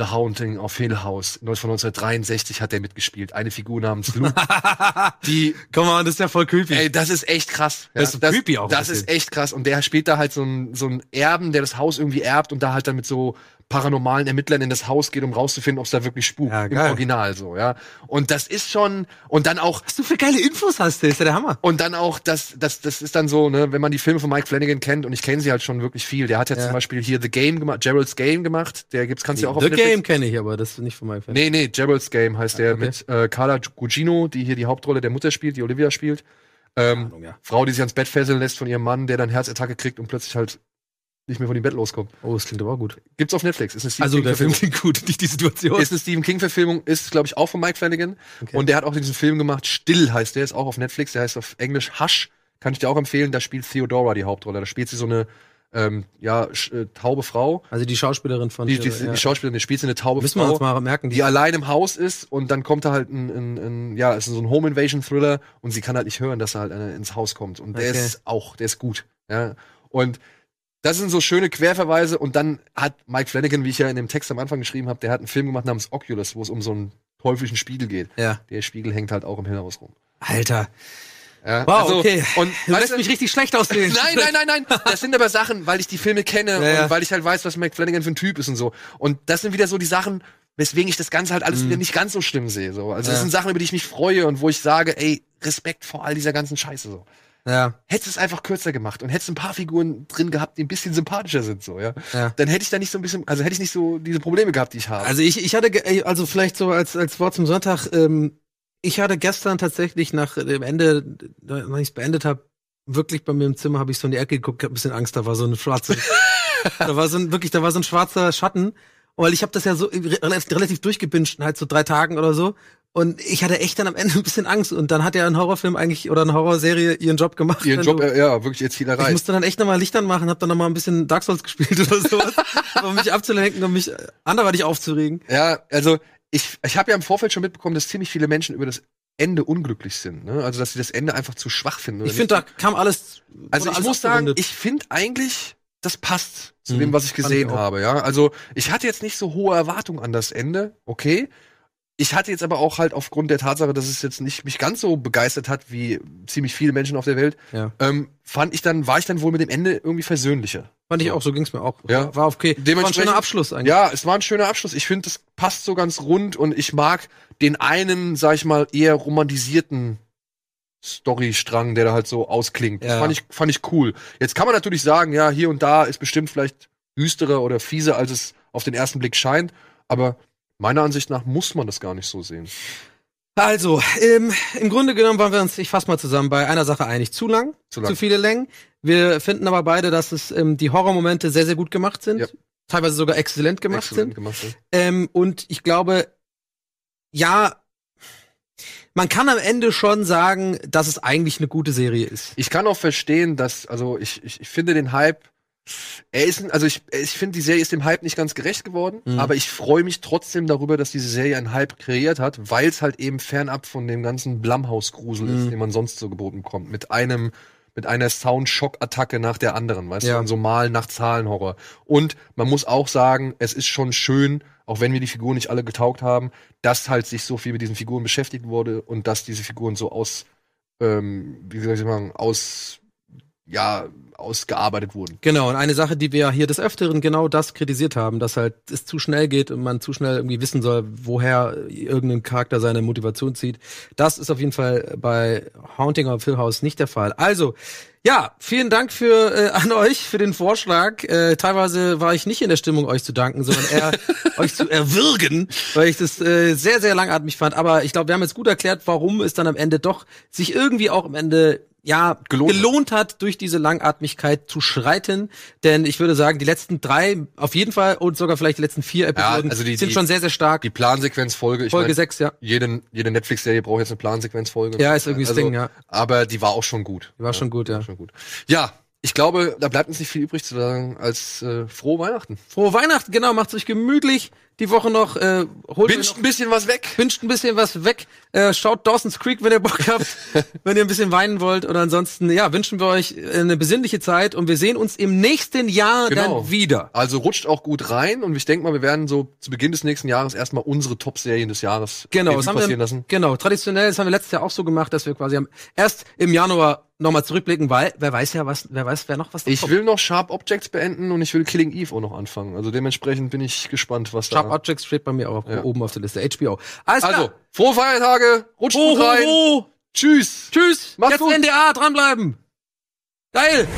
Speaker 1: The Haunting of Hill House von 1963 hat er mitgespielt. Eine Figur namens Luke. die,
Speaker 2: Komm mal, das ist ja voll creepy.
Speaker 1: ey, das ist echt krass. Ja,
Speaker 2: Das ist creepy auch ein
Speaker 1: Das
Speaker 2: bisschen.
Speaker 1: ist echt krass. Und der spielt da halt so einen so einen Erben, der das Haus irgendwie erbt und da halt dann mit so paranormalen Ermittlern in das Haus geht, um rauszufinden, ob es da wirklich spukt.
Speaker 2: Ja,
Speaker 1: Im
Speaker 2: geil.
Speaker 1: Original so, ja. Und das ist schon, und dann auch
Speaker 2: Was du für geile Infos hast, das ist ja der Hammer.
Speaker 1: und dann auch, das, das, das ist dann so, ne, wenn man die Filme von Mike Flanagan kennt, und ich kenne sie halt schon wirklich viel. Der hat ja,
Speaker 2: Ja.
Speaker 1: zum Beispiel hier The Game gemacht, Gerald's Game gemacht. Der gibt's, kannst du ja auch auf
Speaker 2: The
Speaker 1: Netflix-
Speaker 2: Game kenne ich, aber das ist nicht von meinem Fan.
Speaker 1: Nee, nee, Gerald's Game heißt der
Speaker 2: Ah, okay.
Speaker 1: mit äh, Carla Gugino, die hier die Hauptrolle der Mutter spielt, die Olivia spielt. Ähm,
Speaker 2: Ahnung, ja.
Speaker 1: Frau, die sich ans Bett fesseln lässt von ihrem Mann, der dann Herzattacke kriegt und plötzlich halt nicht mehr von dem Bett loskommt.
Speaker 2: Oh, das klingt aber auch gut.
Speaker 1: Gibt's auf Netflix. Ist eine Stephen
Speaker 2: Also,
Speaker 1: King
Speaker 2: der Film
Speaker 1: Verfilmung.
Speaker 2: klingt gut, nicht die Situation.
Speaker 1: Ist eine Stephen King-Verfilmung, ist, glaube ich, auch von Mike Flanagan.
Speaker 2: Okay.
Speaker 1: Und der hat auch diesen Film gemacht, Still heißt der, ist auch auf Netflix, der heißt auf Englisch Hush. Kann ich dir auch empfehlen, da spielt Theodora die Hauptrolle. Da spielt sie so eine ähm, ja, sch- äh, taube Frau.
Speaker 2: also die Schauspielerin von...
Speaker 1: Die, die,
Speaker 2: ja.
Speaker 1: die Schauspielerin, die spielt sie eine taube
Speaker 2: Müssen wir uns
Speaker 1: Frau,
Speaker 2: mal merken.
Speaker 1: die allein im Haus ist und dann kommt da halt ein, ein, ein ja, es ist so ein Home Invasion Thriller und sie kann halt nicht hören, dass er halt einer ins Haus kommt. Und der
Speaker 2: Okay.
Speaker 1: ist auch, der ist gut. Ja. Und das sind so schöne Querverweise und dann hat Mike Flanagan, wie ich ja in dem Text am Anfang geschrieben habe, der hat einen Film gemacht namens Oculus, wo es um so einen teuflischen Spiegel geht.
Speaker 2: ja.
Speaker 1: Der Spiegel hängt halt auch im Hillhaus rum.
Speaker 2: Alter,
Speaker 1: Ja,
Speaker 2: Wow,
Speaker 1: also,
Speaker 2: okay.
Speaker 1: Und,
Speaker 2: du
Speaker 1: weißt
Speaker 2: lässt
Speaker 1: du,
Speaker 2: mich richtig schlecht aussehen.
Speaker 1: nein, nein, nein, nein. Das sind aber Sachen, weil ich die Filme kenne
Speaker 2: Ja, ja.
Speaker 1: und weil ich halt weiß, was Mike Flanagan für ein Typ ist und so. Und das sind wieder so die Sachen, weswegen ich das Ganze halt alles wieder nicht ganz so schlimm sehe. So. Also das
Speaker 2: Mhm. Ja.
Speaker 1: sind Sachen, über die ich mich freue und wo ich sage, ey, Respekt vor all dieser ganzen Scheiße so.
Speaker 2: Ja,
Speaker 1: Hättest es einfach kürzer gemacht und hättest ein paar Figuren drin gehabt, die ein bisschen sympathischer sind, so, ja.
Speaker 2: Ja.
Speaker 1: Dann hätte ich da nicht so ein bisschen, also hätte ich nicht so diese Probleme gehabt, die ich habe.
Speaker 2: also ich, ich hatte, ge- ey, also vielleicht so als, als Wort zum Sonntag, ähm, ich hatte gestern tatsächlich nach dem Ende, als ich es beendet habe, wirklich bei mir im Zimmer habe ich so in die Ecke geguckt, hab ein bisschen Angst, da war so eine schwarze, da war so ein, wirklich, da war so ein schwarzer Schatten, weil ich habe das ja so re relativ durchgebinscht, halt so drei Tagen oder so. Und ich hatte echt dann am Ende ein bisschen Angst. Und dann hat ja ein Horrorfilm eigentlich oder eine Horrorserie ihren Job gemacht.
Speaker 1: ihren
Speaker 2: Wenn
Speaker 1: Job,
Speaker 2: du-
Speaker 1: äh, ja, wirklich ihr Ziel
Speaker 2: Ich
Speaker 1: erreicht.
Speaker 2: musste dann echt nochmal Lichtern machen, hab dann nochmal ein bisschen Dark Souls gespielt oder sowas, um mich abzulenken, um mich äh, anderweitig aufzuregen.
Speaker 1: Ja, also ich, ich habe ja im Vorfeld schon mitbekommen, dass ziemlich viele Menschen über das Ende unglücklich sind. Ne? Also, dass sie das Ende einfach zu schwach finden. oder
Speaker 4: Ich finde, da kam alles.
Speaker 1: nicht- also
Speaker 4: wurde
Speaker 1: ich
Speaker 4: alles
Speaker 1: muss sagen,
Speaker 4: abgerundet.
Speaker 1: ich finde eigentlich, das passt zu
Speaker 4: Mhm,
Speaker 1: dem, was ich
Speaker 2: Hm, fand
Speaker 1: gesehen
Speaker 2: ich auch.
Speaker 1: habe. Ja? Also, ich hatte jetzt nicht so hohe Erwartungen an das Ende, okay. Ich hatte jetzt aber auch halt aufgrund der Tatsache, dass es jetzt nicht mich ganz so begeistert hat wie ziemlich viele Menschen auf der Welt,
Speaker 2: Ja.
Speaker 1: ähm, fand ich dann, war ich dann wohl mit dem Ende irgendwie versöhnlicher.
Speaker 2: Fand ich auch, so ging's mir auch.
Speaker 1: Ja.
Speaker 2: War okay. War ein
Speaker 1: Dementsprechend-
Speaker 2: schöner Abschluss eigentlich.
Speaker 1: Ja, es war ein schöner Abschluss. Ich finde, das passt so ganz rund und ich mag den einen, sag ich mal, eher romantisierten Storystrang, der da halt so ausklingt. Das
Speaker 2: Ja.
Speaker 1: fand ich, fand ich cool. Jetzt kann man natürlich sagen, ja, hier und da ist bestimmt vielleicht düsterer oder fieser, als es auf den ersten Blick scheint, aber meiner Ansicht nach muss man das gar nicht so sehen.
Speaker 2: Also, ähm, im Grunde genommen waren wir uns, ich fasse mal zusammen, bei einer Sache einig. Zu lang,
Speaker 1: Zu
Speaker 2: zu,
Speaker 1: lang.
Speaker 2: viele Längen. Wir finden aber beide, dass es ähm, die Horrormomente sehr, sehr gut gemacht sind.
Speaker 1: Ja.
Speaker 2: Teilweise sogar exzellent gemacht
Speaker 1: Exzellent
Speaker 2: sind.
Speaker 1: Gemacht, ja.
Speaker 2: Ähm, und ich glaube, ja, man kann am Ende schon sagen, dass es eigentlich eine gute Serie ist.
Speaker 1: Ich kann auch verstehen, dass, also ich, ich, ich finde den Hype, er ist, ein- also ich, ich finde, die Serie ist dem Hype nicht ganz gerecht geworden,
Speaker 2: Mhm.
Speaker 1: aber ich freue mich trotzdem darüber, dass diese Serie einen Hype kreiert hat, weil es halt eben fernab von dem ganzen Blumhouse-Grusel ist,
Speaker 2: Mhm.
Speaker 1: den man sonst so geboten bekommt. Mit einem, mit einer Sound-Shock-Attacke nach der anderen, weißt
Speaker 2: Ja.
Speaker 1: du, und so mal nach Zahlenhorror. Und man muss auch sagen, es ist schon schön, auch wenn wir die Figuren nicht alle getaugt haben, dass halt sich so viel mit diesen Figuren beschäftigt wurde und dass diese Figuren so aus, ähm, wie soll ich sagen, aus, ja, ausgearbeitet wurden.
Speaker 2: Genau, und eine Sache, die wir hier des Öfteren genau das kritisiert haben, dass halt es zu schnell geht und man zu schnell irgendwie wissen soll, woher irgendein Charakter seine Motivation zieht. Das ist auf jeden Fall bei Haunting of Hill House nicht der Fall. Also, ja, vielen Dank für äh, an euch für den Vorschlag. Äh, teilweise war ich nicht in der Stimmung, euch zu danken, sondern eher euch zu erwürgen, weil ich das äh, sehr, sehr langatmig fand. Aber ich glaube, wir haben jetzt gut erklärt, warum es dann am Ende doch sich irgendwie auch am Ende ja
Speaker 1: Gelohnt hat.
Speaker 2: gelohnt hat, durch diese Langatmigkeit zu schreiten. Denn ich würde sagen, die letzten drei auf jeden Fall und sogar vielleicht die letzten vier Episoden
Speaker 1: also die-
Speaker 2: sind
Speaker 1: die-
Speaker 2: schon sehr, sehr stark.
Speaker 1: Die Plansequenzfolge, ich
Speaker 2: Folge
Speaker 1: meine,
Speaker 2: sechs, ja.
Speaker 1: jede, jede Netflix-Serie braucht jetzt eine Plansequenzfolge.
Speaker 2: Ja, ist irgendwie das
Speaker 1: Also,
Speaker 2: Ding, ja.
Speaker 1: Aber die war auch schon gut.
Speaker 2: Die war schon gut, ja.
Speaker 1: Schon gut. Ja, ich glaube, da bleibt uns nicht viel übrig zu sagen als äh, frohe Weihnachten.
Speaker 2: Frohe Weihnachten, genau, macht's euch gemütlich. Die Woche noch, äh, holt euch noch
Speaker 1: Binscht ein bisschen was weg.
Speaker 2: Pinscht ein bisschen was weg. Äh, schaut Dawson's Creek, wenn ihr Bock habt, wenn ihr ein bisschen weinen wollt. Oder ansonsten, ja, wünschen wir euch eine besinnliche Zeit und wir sehen uns im nächsten Jahr
Speaker 1: Genau.
Speaker 2: dann wieder.
Speaker 1: Also rutscht auch gut rein und ich denke mal, wir werden so zu Beginn des nächsten Jahres erstmal unsere Top-Serien des Jahres
Speaker 2: Genau,
Speaker 1: Revue
Speaker 2: das haben wir,
Speaker 1: passieren lassen.
Speaker 2: genau, traditionell, das haben wir letztes Jahr auch so gemacht, dass wir quasi am, erst im Januar nochmal zurückblicken, weil wer weiß ja was, wer weiß, wer noch was
Speaker 1: Ich will noch Sharp Objects beenden und ich will Killing Eve auch noch anfangen. Also dementsprechend bin ich gespannt, was da.
Speaker 2: Sharp Objects steht bei mir auch
Speaker 1: Ja.
Speaker 2: oben auf der Liste. HBO. Alles
Speaker 1: Also,
Speaker 2: klar.
Speaker 1: frohe Feiertage, rutscht
Speaker 2: Ho,
Speaker 1: gut rein.
Speaker 2: ho, ho.
Speaker 1: Tschüss.
Speaker 2: Tschüss.
Speaker 1: Macht's
Speaker 2: Jetzt
Speaker 1: gut.
Speaker 2: NDA dranbleiben. Geil.